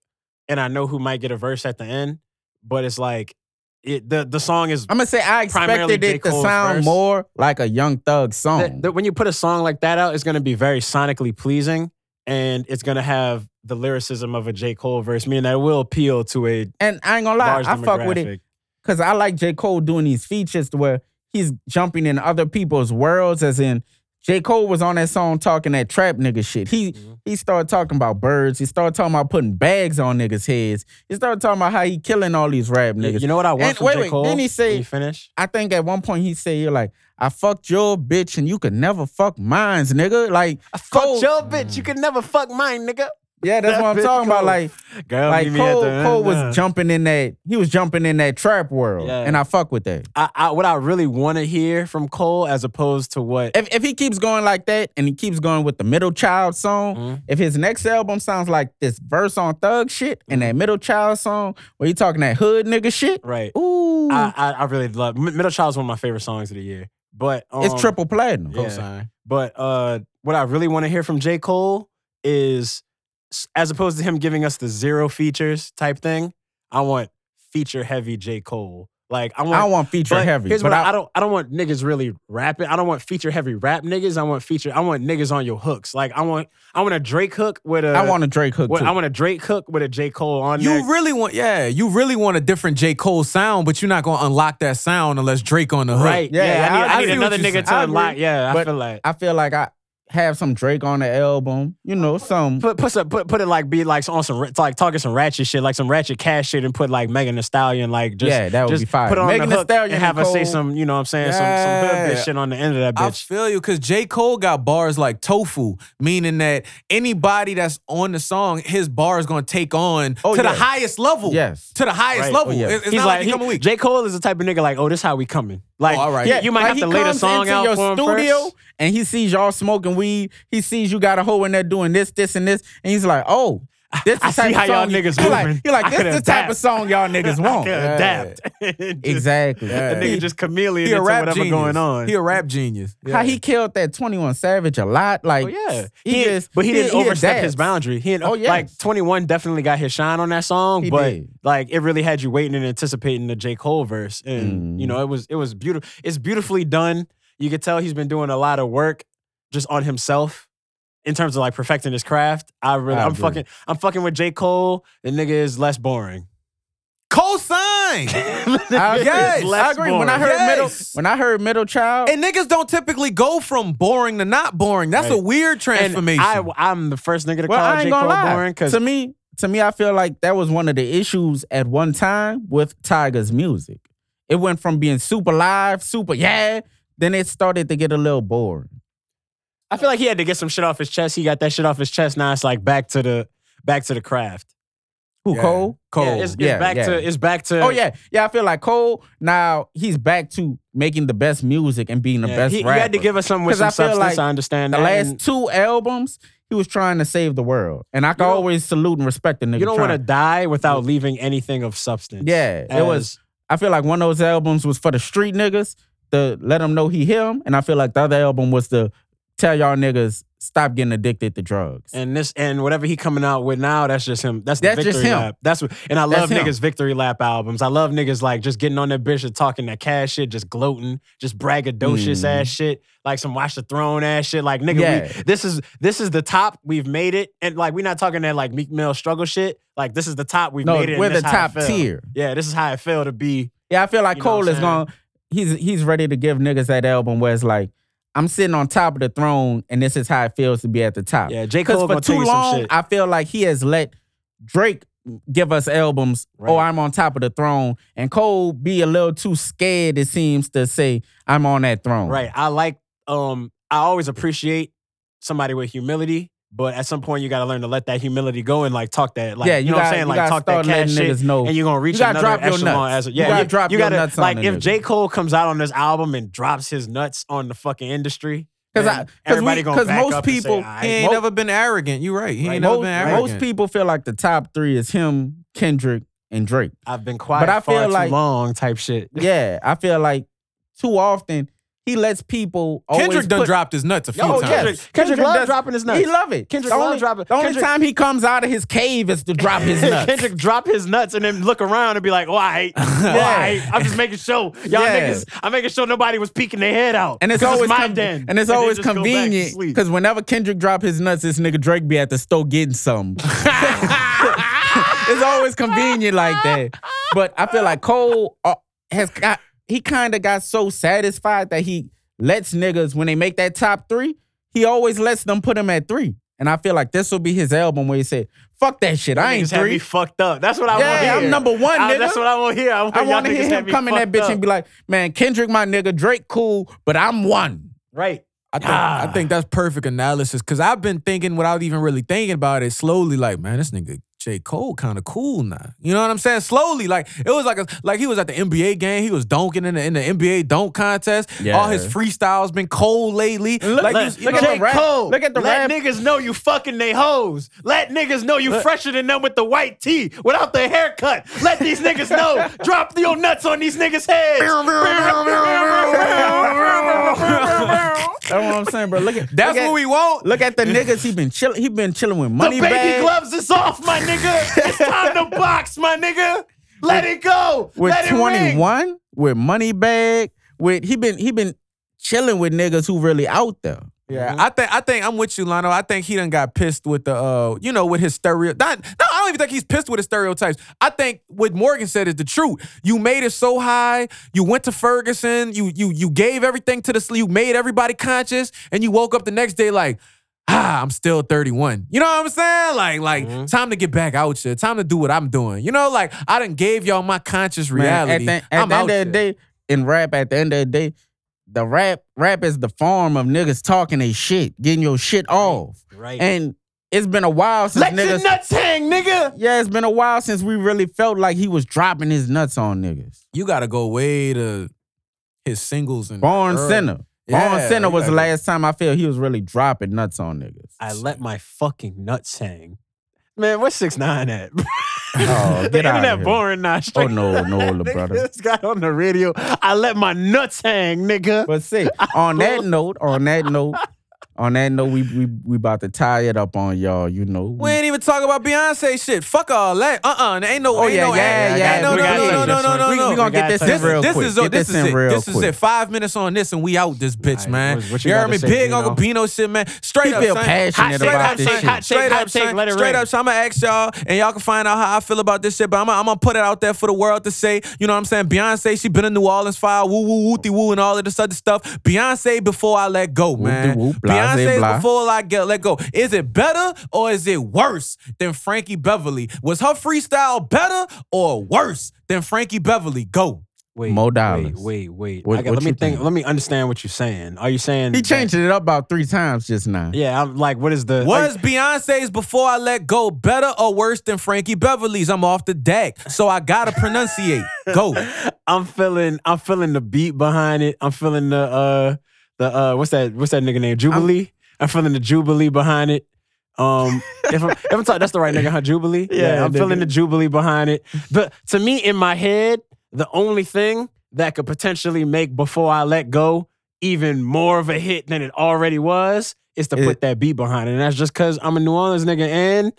C: and I know who might get a verse at the end. But it's like, it, the the song is
B: I'm gonna say I
C: Primarily
B: expected
C: J.
B: it to
C: Cole's
B: sound
C: verse.
B: more like a Young Thug song.
C: that- that when you put a song like that out, it's going to be very sonically pleasing, and it's going to have the lyricism of a J. Cole verse, meaning that it will appeal to a
B: and I ain't gonna lie,
C: large
B: I fuck with it
C: demographic.
B: because I like J. Cole doing these features to where he's jumping in other people's worlds, as in J. Cole was on that song talking that trap nigga shit. He
C: Mhm.
B: he started talking about birds. He started talking about putting bags on niggas' heads. He started talking about how he killing all these rap
C: You-
B: niggas.
C: You know what I want
B: And
C: from
B: wait,
C: J.
B: wait,
C: Cole?
B: didn't he say-
C: when you finish?
B: I think at one point he said, "You're like I fucked your bitch and you could never fuck mines, nigga." Like
C: I
B: fucked Cole-
C: Mm. your bitch. You could never fuck mine, nigga.
B: Yeah, that's
C: That
B: what I'm
C: bitch
B: talking about.
C: Cole.
B: Like,
C: Girl,
B: like
C: meet me at
B: Cole,
C: the-
B: Cole
C: Nah.
B: was jumping in that. He was jumping in that trap world,
C: Yeah.
B: and I fuck with that.
C: I, I, what I really want to hear from Cole, as opposed to what
B: If if he keeps going like that, and he keeps going with the middle child song,
C: Mhm.
B: if his next album sounds like this verse on thug shit and
C: Mm-hmm.
B: that middle child song, where he talking that hood nigga shit,
C: right.
B: ooh,
C: I, I, I really love M- Middle Child is one of my favorite songs of the year. But um,
B: it's triple platinum.
C: yeah. Cosign. But uh, what I really want to hear from J. Cole is, s- as opposed to him giving us the zero features type thing, I want feature heavy J. Cole. Like I want.
B: I don't want feature heavy,
C: Here's
B: but
C: what I,
B: I,
C: I don't. I don't want niggas really rapping. I don't want feature heavy rap niggas. I want feature. I want niggas on your hooks. Like I want. I want a Drake hook with a.
B: I want a Drake hook
C: With,
B: too.
C: uh, I want a Drake hook with a J. Cole on there.
A: You really want, yeah, you really want a different J. Cole sound, but you're not gonna unlock that sound unless Drake on the hook.
C: Right.
B: Yeah,
C: Yeah. I need,
A: I- I
C: I need
A: see what
C: another
A: you're
C: nigga
A: saying. I
C: to unlock.
A: agree.
C: Yeah. I
B: But-
C: feel like.
B: I feel like I have some Drake on the album. You know, some
C: Put, put, some, put put it like be like on some ra- like talking some ratchet shit like some ratchet cash shit and put like Megan Thee Stallion like just
B: Yeah, that would
C: just
B: be fire.
C: put it on
B: Megan Thee
C: the hook
B: Stallion
C: and have
B: and
C: her say
B: Cole.
C: some you know what I'm saying some some hood
A: Yeah.
C: bitch shit on the end of that
A: I
C: bitch
A: feel you, cause J. Cole got bars like tofu, meaning that anybody that's on the song, his bar is gonna take on
B: Oh,
A: to
B: yeah.
A: the highest level.
B: Yes.
A: To the highest
C: Right.
A: level.
B: Oh, yeah.
A: It- It's
C: he's
A: not like,
C: like,
A: he come a
C: he,
A: week.
C: J Cole is the type of nigga like oh this how we coming like
A: Oh, all right.
C: yeah you might
B: like,
C: have
B: he
C: to lay the
B: comes
C: song
B: into
C: out
B: your
C: for him
B: studio
C: first.
B: and he sees y'all smoking weed. He sees you got a hoe in there doing this, this, and this, and he's like, "Oh, this
C: I
B: the type
C: see
B: of
C: how
B: song
C: y'all
B: you-
C: niggas
B: he like,
C: moving.
B: he like
C: I
B: this
C: could
B: the type
C: adapt.
B: of song y'all niggas
C: I
B: want."
C: can
B: Yeah.
C: adapt Just-
B: Exactly.
A: Yeah.
C: that nigga just chameleon
A: He a
C: into
A: rap
C: whatever
A: genius.
C: going on
A: He a rap genius.
B: How he killed that Twenty One Savage a lot. Like,
C: Oh yeah,
B: he,
C: He-
B: just,
C: but he, didn't overstep his
B: adapts.
C: boundary. He didn't,
B: Oh,
C: oh
B: yes.
C: yeah, like Twenty One definitely got his shine on that song,
B: He
C: but
B: did.
C: like it really had you waiting and anticipating the J Cole verse, and you know it was it was beautiful. It's beautifully done. You could tell he's been doing a lot of work just on himself in terms of like perfecting his craft. I really,
B: I
C: I am
B: agree.
C: fucking, I'm fucking with J Cole. The nigga is less boring.
A: Cosign.
B: I agree.
A: Yes,
B: Uh, I agree. When I heard middle,
A: Yes.
B: when I heard middle child,
A: And niggas don't typically go from boring to not boring. That's a
C: Right.
A: weird transformation.
C: And I, I'm the first nigga to
B: well,
C: call
B: I ain't
C: J
B: gonna
C: Cole
B: lie.
C: boring because
B: to me, to me, I feel like that was one of the issues at one time with Tiger's music. It went from being super live, super yeah, then it started to get a little boring.
C: I feel like he had to get some shit off his chest. He got that shit off his chest. Now it's like back to the back to the craft.
B: Who
A: Yeah.
B: Cole?
A: Cole.
C: Yeah, it's, it's
B: Yeah,
C: back
B: yeah.
C: to it's back to
B: Oh yeah, yeah. I feel like Cole now he's back to making the best music and being the
C: yeah,
B: best
C: He, he
B: rapper.
C: had to give us something with
B: 'Cause I
C: some
B: feel
C: substance.
B: like
C: I understand
B: the
C: that.
B: last
C: And
B: two albums. He was trying to save the world, and I can
C: You don't-
B: always salute and respect the nigga.
C: you don't want to
B: trying-
C: die without leaving anything of substance.
B: Yeah, it was
C: As-
B: I feel like one of those albums was for the street niggas to let them know he him, and I feel like the other album was to tell y'all niggas stop getting addicted to drugs.
C: and this and whatever he coming out with now, that's just him. That's,
B: That's
C: the
B: just
C: victory
B: him.
C: lap. That's what and I
B: That's
C: love
B: him.
C: niggas victory lap albums. I love niggas like just getting on their bitch and talking that cash shit, just gloating, just braggadocious
B: Mm.
C: ass shit, like some watch the throne ass shit. Like nigga,
B: Yeah.
C: we, this is this is the top. We've made it, and like we're not talking that like Meek Mill struggle shit. Like this is the top. We've
B: no,
C: made it. and
B: we're the
C: this how
B: top
C: it feel.
B: tier.
C: Yeah, this is how it felt to be.
B: Yeah, I feel like
C: You know what
B: Cole
C: I'm
B: is
C: saying?
B: going. He's he's ready to give niggas that album where it's like I'm sitting on top of the throne, and this is how it feels to be at the top.
C: Yeah, J
B: because
C: Cole
B: Uh, for
C: gonna tell
B: too
C: you some
B: long,
C: shit.
B: I feel like he has let Drake give us albums. Oh,
C: Right.
B: I'm on top of the throne, and Cole be a little too scared. It seems to say I'm on that throne.
C: Right. I like um I always appreciate somebody with humility, but at some point you gotta learn to let that humility go and like talk that like
B: yeah,
C: you,
B: you,
C: know what I'm
B: gotta-
C: saying?
B: you
C: Like
B: gotta
C: talk that
B: start letting
C: cash shit.
B: niggas know.
C: And you're gonna reach
B: You gotta
C: another
B: drop your
C: echelon
B: nuts.
C: as a
B: You
C: yeah.
B: gotta drop your nuts on
C: like
B: the
C: if
B: nigga.
C: J. Cole comes out on this album and drops his nuts on the fucking industry.
B: Because
C: then
B: I, because
C: everybody
B: we,
C: gonna
B: because
C: back
B: most
C: up and say,
B: people,
C: "Aight."
A: he ain't
B: Mo-
A: never been arrogant. You're right. He ain't never
B: most,
A: been
B: most
A: arrogant.
B: people feel like the top three is him, Kendrick, and Drake.
C: I've been quiet
B: But I
C: far
B: feel
C: too
B: like-
C: long type shit.
B: Yeah, I feel like too often he lets people. always
A: Kendrick done
B: put-
A: dropped his nuts a few
C: Oh,
A: times.
C: Kendrick-
B: yes.
C: Kendrick love
B: does-
C: dropping his nuts.
B: He love it.
C: Kendrick
B: the
C: love
B: only,
C: dropping-
B: The only
C: Kendrick-
B: time he comes out of his cave is to drop his nuts.
C: Kendrick drop his nuts and then look around and be like, "Why? Why? I'm just making sure y'all
B: Yeah.
C: niggas. I'm making sure nobody was peeking their head out.
B: And it's
C: 'Cause
B: always
C: my
B: con-
C: den.
B: and it's
C: then
B: always
C: just go back to
B: convenient
C: sleep.
B: because whenever Kendrick drop his nuts, this nigga Drake be at the store getting some. it's always convenient like that. But I feel like Cole uh, has got he kind of got so satisfied that he lets niggas when they make that top three, he always lets them put him at three. And I feel like this will be his album where he said, "Fuck that shit, I ain't
C: Niggas had me
B: three.
C: fucked up. That's what I want to
B: Yeah,
C: hear.
B: I'm number one,
C: I-
B: nigga."
C: that's what I want to hear. I want,
B: I
C: y'all
B: want to hear
C: niggas had
B: him
C: me
B: come in that
C: fucked
B: bitch
C: up.
B: and be like, man, Kendrick, my nigga, Drake, cool, but I'm one.
C: right.
A: I think, I
C: Ah.
A: think that's perfect analysis because I've been thinking without even really thinking about it slowly, like, man, this nigga J. Cole kind of cool now. You know what I'm saying? Slowly, like it was like a, like he was at the NBA game, he was donking in the, in the NBA dunk contest. All his
B: Yeah.
A: freestyles been cold lately. like he was- you
B: look
A: know,
B: at the rap- look at the
C: Let
B: rap-
C: niggas know you fucking they hoes. Let niggas know you fresher than them with the white tee without the haircut. Let these niggas know. Drop your nuts on these niggas' heads.
B: That's what I'm saying, bro. Look at
A: that's
B: look at,
A: what we want.
B: Look at the niggas. He been chilling. He been chilling with
C: The
B: money
C: baby
B: Bag.
C: gloves is off, my nigga. It's time to box, my nigga. Let it go.
B: with
C: Let it ring.
B: 21, with money bag, with he been he been chilling with niggas who really out there. Mm-hmm.
A: Yeah, I think I think I'm with you, Lano. I think he done got pissed with the uh, you know, with his stereo. Not, no, I don't even think he's pissed with his stereotypes. I think what Morgan said is the truth. You made it so high. You went to Ferguson. You you you gave everything to the. sl- You made everybody conscious, and you woke up the next day like. Ah, I'm still 31. You know what I'm saying? Like, like,
B: Mm-hmm.
A: time to get back out here. Time to do what I'm doing. You know, like I done gave y'all my conscious
B: Man,
A: reality.
B: At the, at
A: I'm
B: the
A: out
B: end of the
A: here.
B: day, in rap, at the end of the day, the rap rap is the form of niggas talking they shit, getting your shit off.
C: Right.
B: And it's been a while since
C: Let your
B: niggas.
C: nuts hang, nigga.
B: yeah, it's been a while since we really felt like he was dropping his nuts on niggas.
A: you gotta go way to his singles and
B: Born
A: early.
B: Center. Born
A: Yeah,
B: Center
A: you
B: was the
A: gotta go-
B: last time I felt he was really dropping nuts on niggas. Oh,
C: I let my fucking nuts hang. Man, where's six nine at?
B: Oh,
C: the
B: get outta
C: internet
B: here.
C: boring now.
B: oh
C: straight-
B: no, no,
C: Nigga,
B: little brother.
C: This guy on the radio. I let my nuts hang, nigga.
B: But see, on that note, on that note, on that note, we we we about to tie it up on y'all. You know,
A: We ain't even talk about Beyonce shit. Fuck all that. Uh uh There ain't no.
B: Oh,
A: ain't
B: yeah,
A: no,
B: yeah,
A: ain't
B: yeah.
A: No,
B: We
A: no,
B: gotta
A: no,
B: touch
A: no,
C: this
A: no,
C: one.
A: no,
B: we,
A: no.
B: we gonna get
C: We
B: this
C: gotta
A: this,
B: in real
A: this
B: quick.
A: is oh,
B: Get
A: this, is
B: in
A: it.
B: real
A: this
B: quick.
A: is it. Five minutes on this and we out this bitch,
C: Alright,
A: man.
C: what- what
A: you
C: you
A: heard
C: gotta
A: me,
C: say,
A: big
C: Bino?
A: Uncle Bino shit, man. Straight
B: He
A: up,
B: feel
A: son.
B: passionate
A: straight
B: about
A: up,
B: this
A: son.
B: shit. Hot
C: take,
A: straight
C: hot
A: up,
C: take,
A: son.
C: let it
A: straight
C: ring.
A: up. So I'm gonna ask y'all, and y'all can find out how I feel about this shit. But I'm gonna, I'm gonna put it out there for the world to say. You know what I'm saying? Beyonce, she been in New Orleans fire, woo woo wooty woo, and all of this other stuff. Beyonce, before I let go, man.
B: woo, blase,
A: Beyonce's
B: blah.
A: before before I get let go. Is it better or is it worse than Frankie Beverly? Was her freestyle better or worse than Frankie Beverly? Go.
C: Wait,
B: Mo
C: wait,
B: Dollars.
C: wait, wait.
B: What-
C: I got-
B: what
C: let me
B: you
C: think.
B: think?
C: Let me understand what you're saying. Are you saying
B: he
C: that-
B: changed it up about three times just now.
C: Yeah, I'm like, what is the like-
A: Was Beyonce's Before I Let Go better or worse than Frankie Beverly's? I'm off the deck, so I gotta pronunciate. Go.
C: I'm feeling I'm feeling the beat behind it. I'm feeling the uh the uh what's that what's that nigga name? Jubilee? I'm, feeling the Jubilee behind it. Um if I'm if I'm talking that's the right nigga, huh? Jubilee?
B: Yeah,
C: I'm
B: nigga.
C: feeling the Jubilee behind it. But to me in my head, the only thing that could potentially make before I let go even more of a hit than it already was is to
B: It-
C: put that beat behind it. And that's just cause I'm a New Orleans nigga and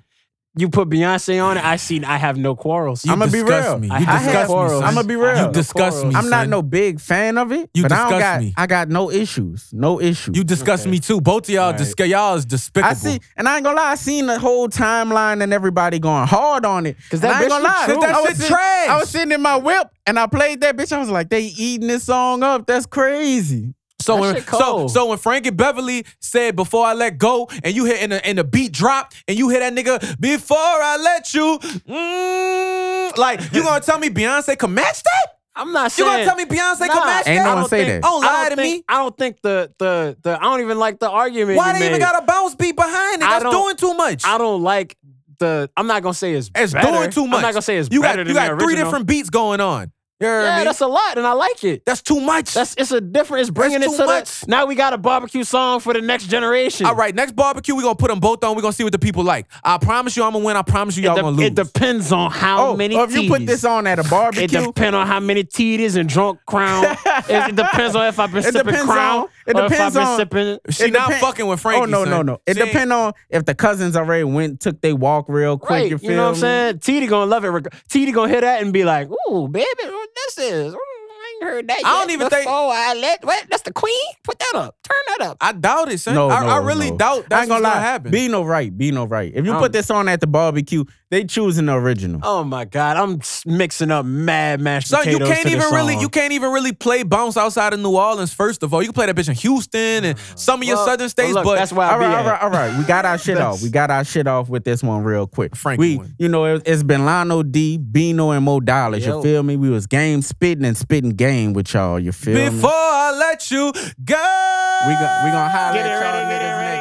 C: you put Beyonce on it, I seen I have no quarrels.
A: You
B: I'ma be
A: disgust
B: real.
A: Me. You
C: I- I
A: disgust
C: had
A: me.
C: quarrels.
A: son.
B: I'ma be real.
A: You disgust me.
B: I'm not
A: son.
B: no big fan of it,
A: You
B: but I don't
A: disgust
B: got
A: me.
B: I got no issues, no issues.
A: You disgust
C: Okay.
A: me too. Both of y'all, all
C: Alright.
A: y'all is despicable.
B: I see, and I ain't gonna lie, I seen the whole timeline and everybody going hard on it.
C: 'Cause that
B: And I ain't
C: bitch
B: gonna
C: was
B: lie,
C: true.
B: I
A: That
B: was
A: shit
B: sitting-
A: trash.
B: I was sitting in my whip and I played that bitch. I was like, they eating this song up. That's crazy.
A: So
C: That
A: when,
C: shit
A: so
C: cold.
A: so when Frankie Beverly said "Before I Let Go" and you hit and the, and the beat dropped and you hear that nigga "Before I Let You," mm, like you gonna tell me Beyonce can match that?
C: I'm not
A: You
C: saying
A: gonna tell me Beyonce can
C: Nah,
A: match
B: ain't
A: that?
B: no
A: I
B: one
A: don't
B: say
A: think,
B: that.
A: Don't Oh, lie
C: I
A: to
C: don't think,
A: me.
C: I don't think the the the I don't even like the argument.
A: Why
C: you
A: they even
C: made.
A: got a bounce beat behind it?
C: I
A: That's
C: don't-
A: doing too much.
C: I don't like the. I'm not gonna say it's
A: It's
C: better.
A: doing too much.
C: I'm not gonna say it's
A: you
C: better
A: got
C: than
A: you got
C: the
A: three
C: original.
A: different beats going on. You hear
C: Yeah,
A: me?
C: that's a lot, and I like it.
A: That's too much.
C: That's it's a different. It's bringing it
A: too
C: to the.
A: much.
C: Now we got a barbecue song for the next generation.
A: all right, next barbecue, we're gonna put them both on. We're gonna see what the people like. I promise you I'm gonna win. I promise you
C: It,
A: y'all
C: de-
A: gonna lose.
C: it depends on how
B: oh,
C: many.
B: if you put
C: teas.
B: this on at a
C: It
B: barbecue,
C: depends on how many titties and drunk crown. it, it depends on if I've been
B: It
C: sipping
B: depends
C: crown
B: on- it
C: or if I've
B: depends
C: been
B: on-
C: sipping.
A: She
B: It
A: not
B: depend-
A: fucking with Frankie.
B: Oh no,
A: son.
B: no, no! It
A: She ain't-
B: depend on if the cousins already went, took they walk real quick.
C: Right,
B: you
C: you,
B: feel
C: know what I'm
B: me?
C: saying? TD gonna love it. reg- TD gonna hear that and be like, "Ooh, baby, what this is? Ooh, I ain't heard that.
A: I don't
C: yet.
A: even think-
C: Before I let what? That's the queen. Put that up. Turn that up.
A: I doubt it, son.
B: No,
A: I,
B: no,
A: I really
B: no.
A: doubt
B: I
A: that's
B: ain't gonna
A: what's
B: lie.
A: gonna happen.
B: Be no right, be no right. If you
C: Um,
B: put this on at the barbecue, They choosing the original.
C: Oh my God, I'm s- mixing up mad mashed
A: So you
C: potatoes.
A: can't
C: to the
A: even really
C: song.
A: you can't even really play bounce outside of New Orleans. First of all, you can play that bitch in Houston and some of your
C: Well,
A: southern
C: well,
A: states,
C: look,
A: but
C: that's why I
B: All
C: be
B: right,
C: at.
B: all right, all right. We got our shit off. We got our shit off with this one real quick.
A: Frankie
B: we,
A: one.
B: you know, it, it's been Lano D, Bino, and Mo Dollars.
C: Yo.
B: You feel me? We was game spitting and spitting game with y'all. You feel me?
A: before I let you go.
B: We gon' we gonna holler
C: Get it
B: at y'all
C: ready, get it
B: niggas
C: ready.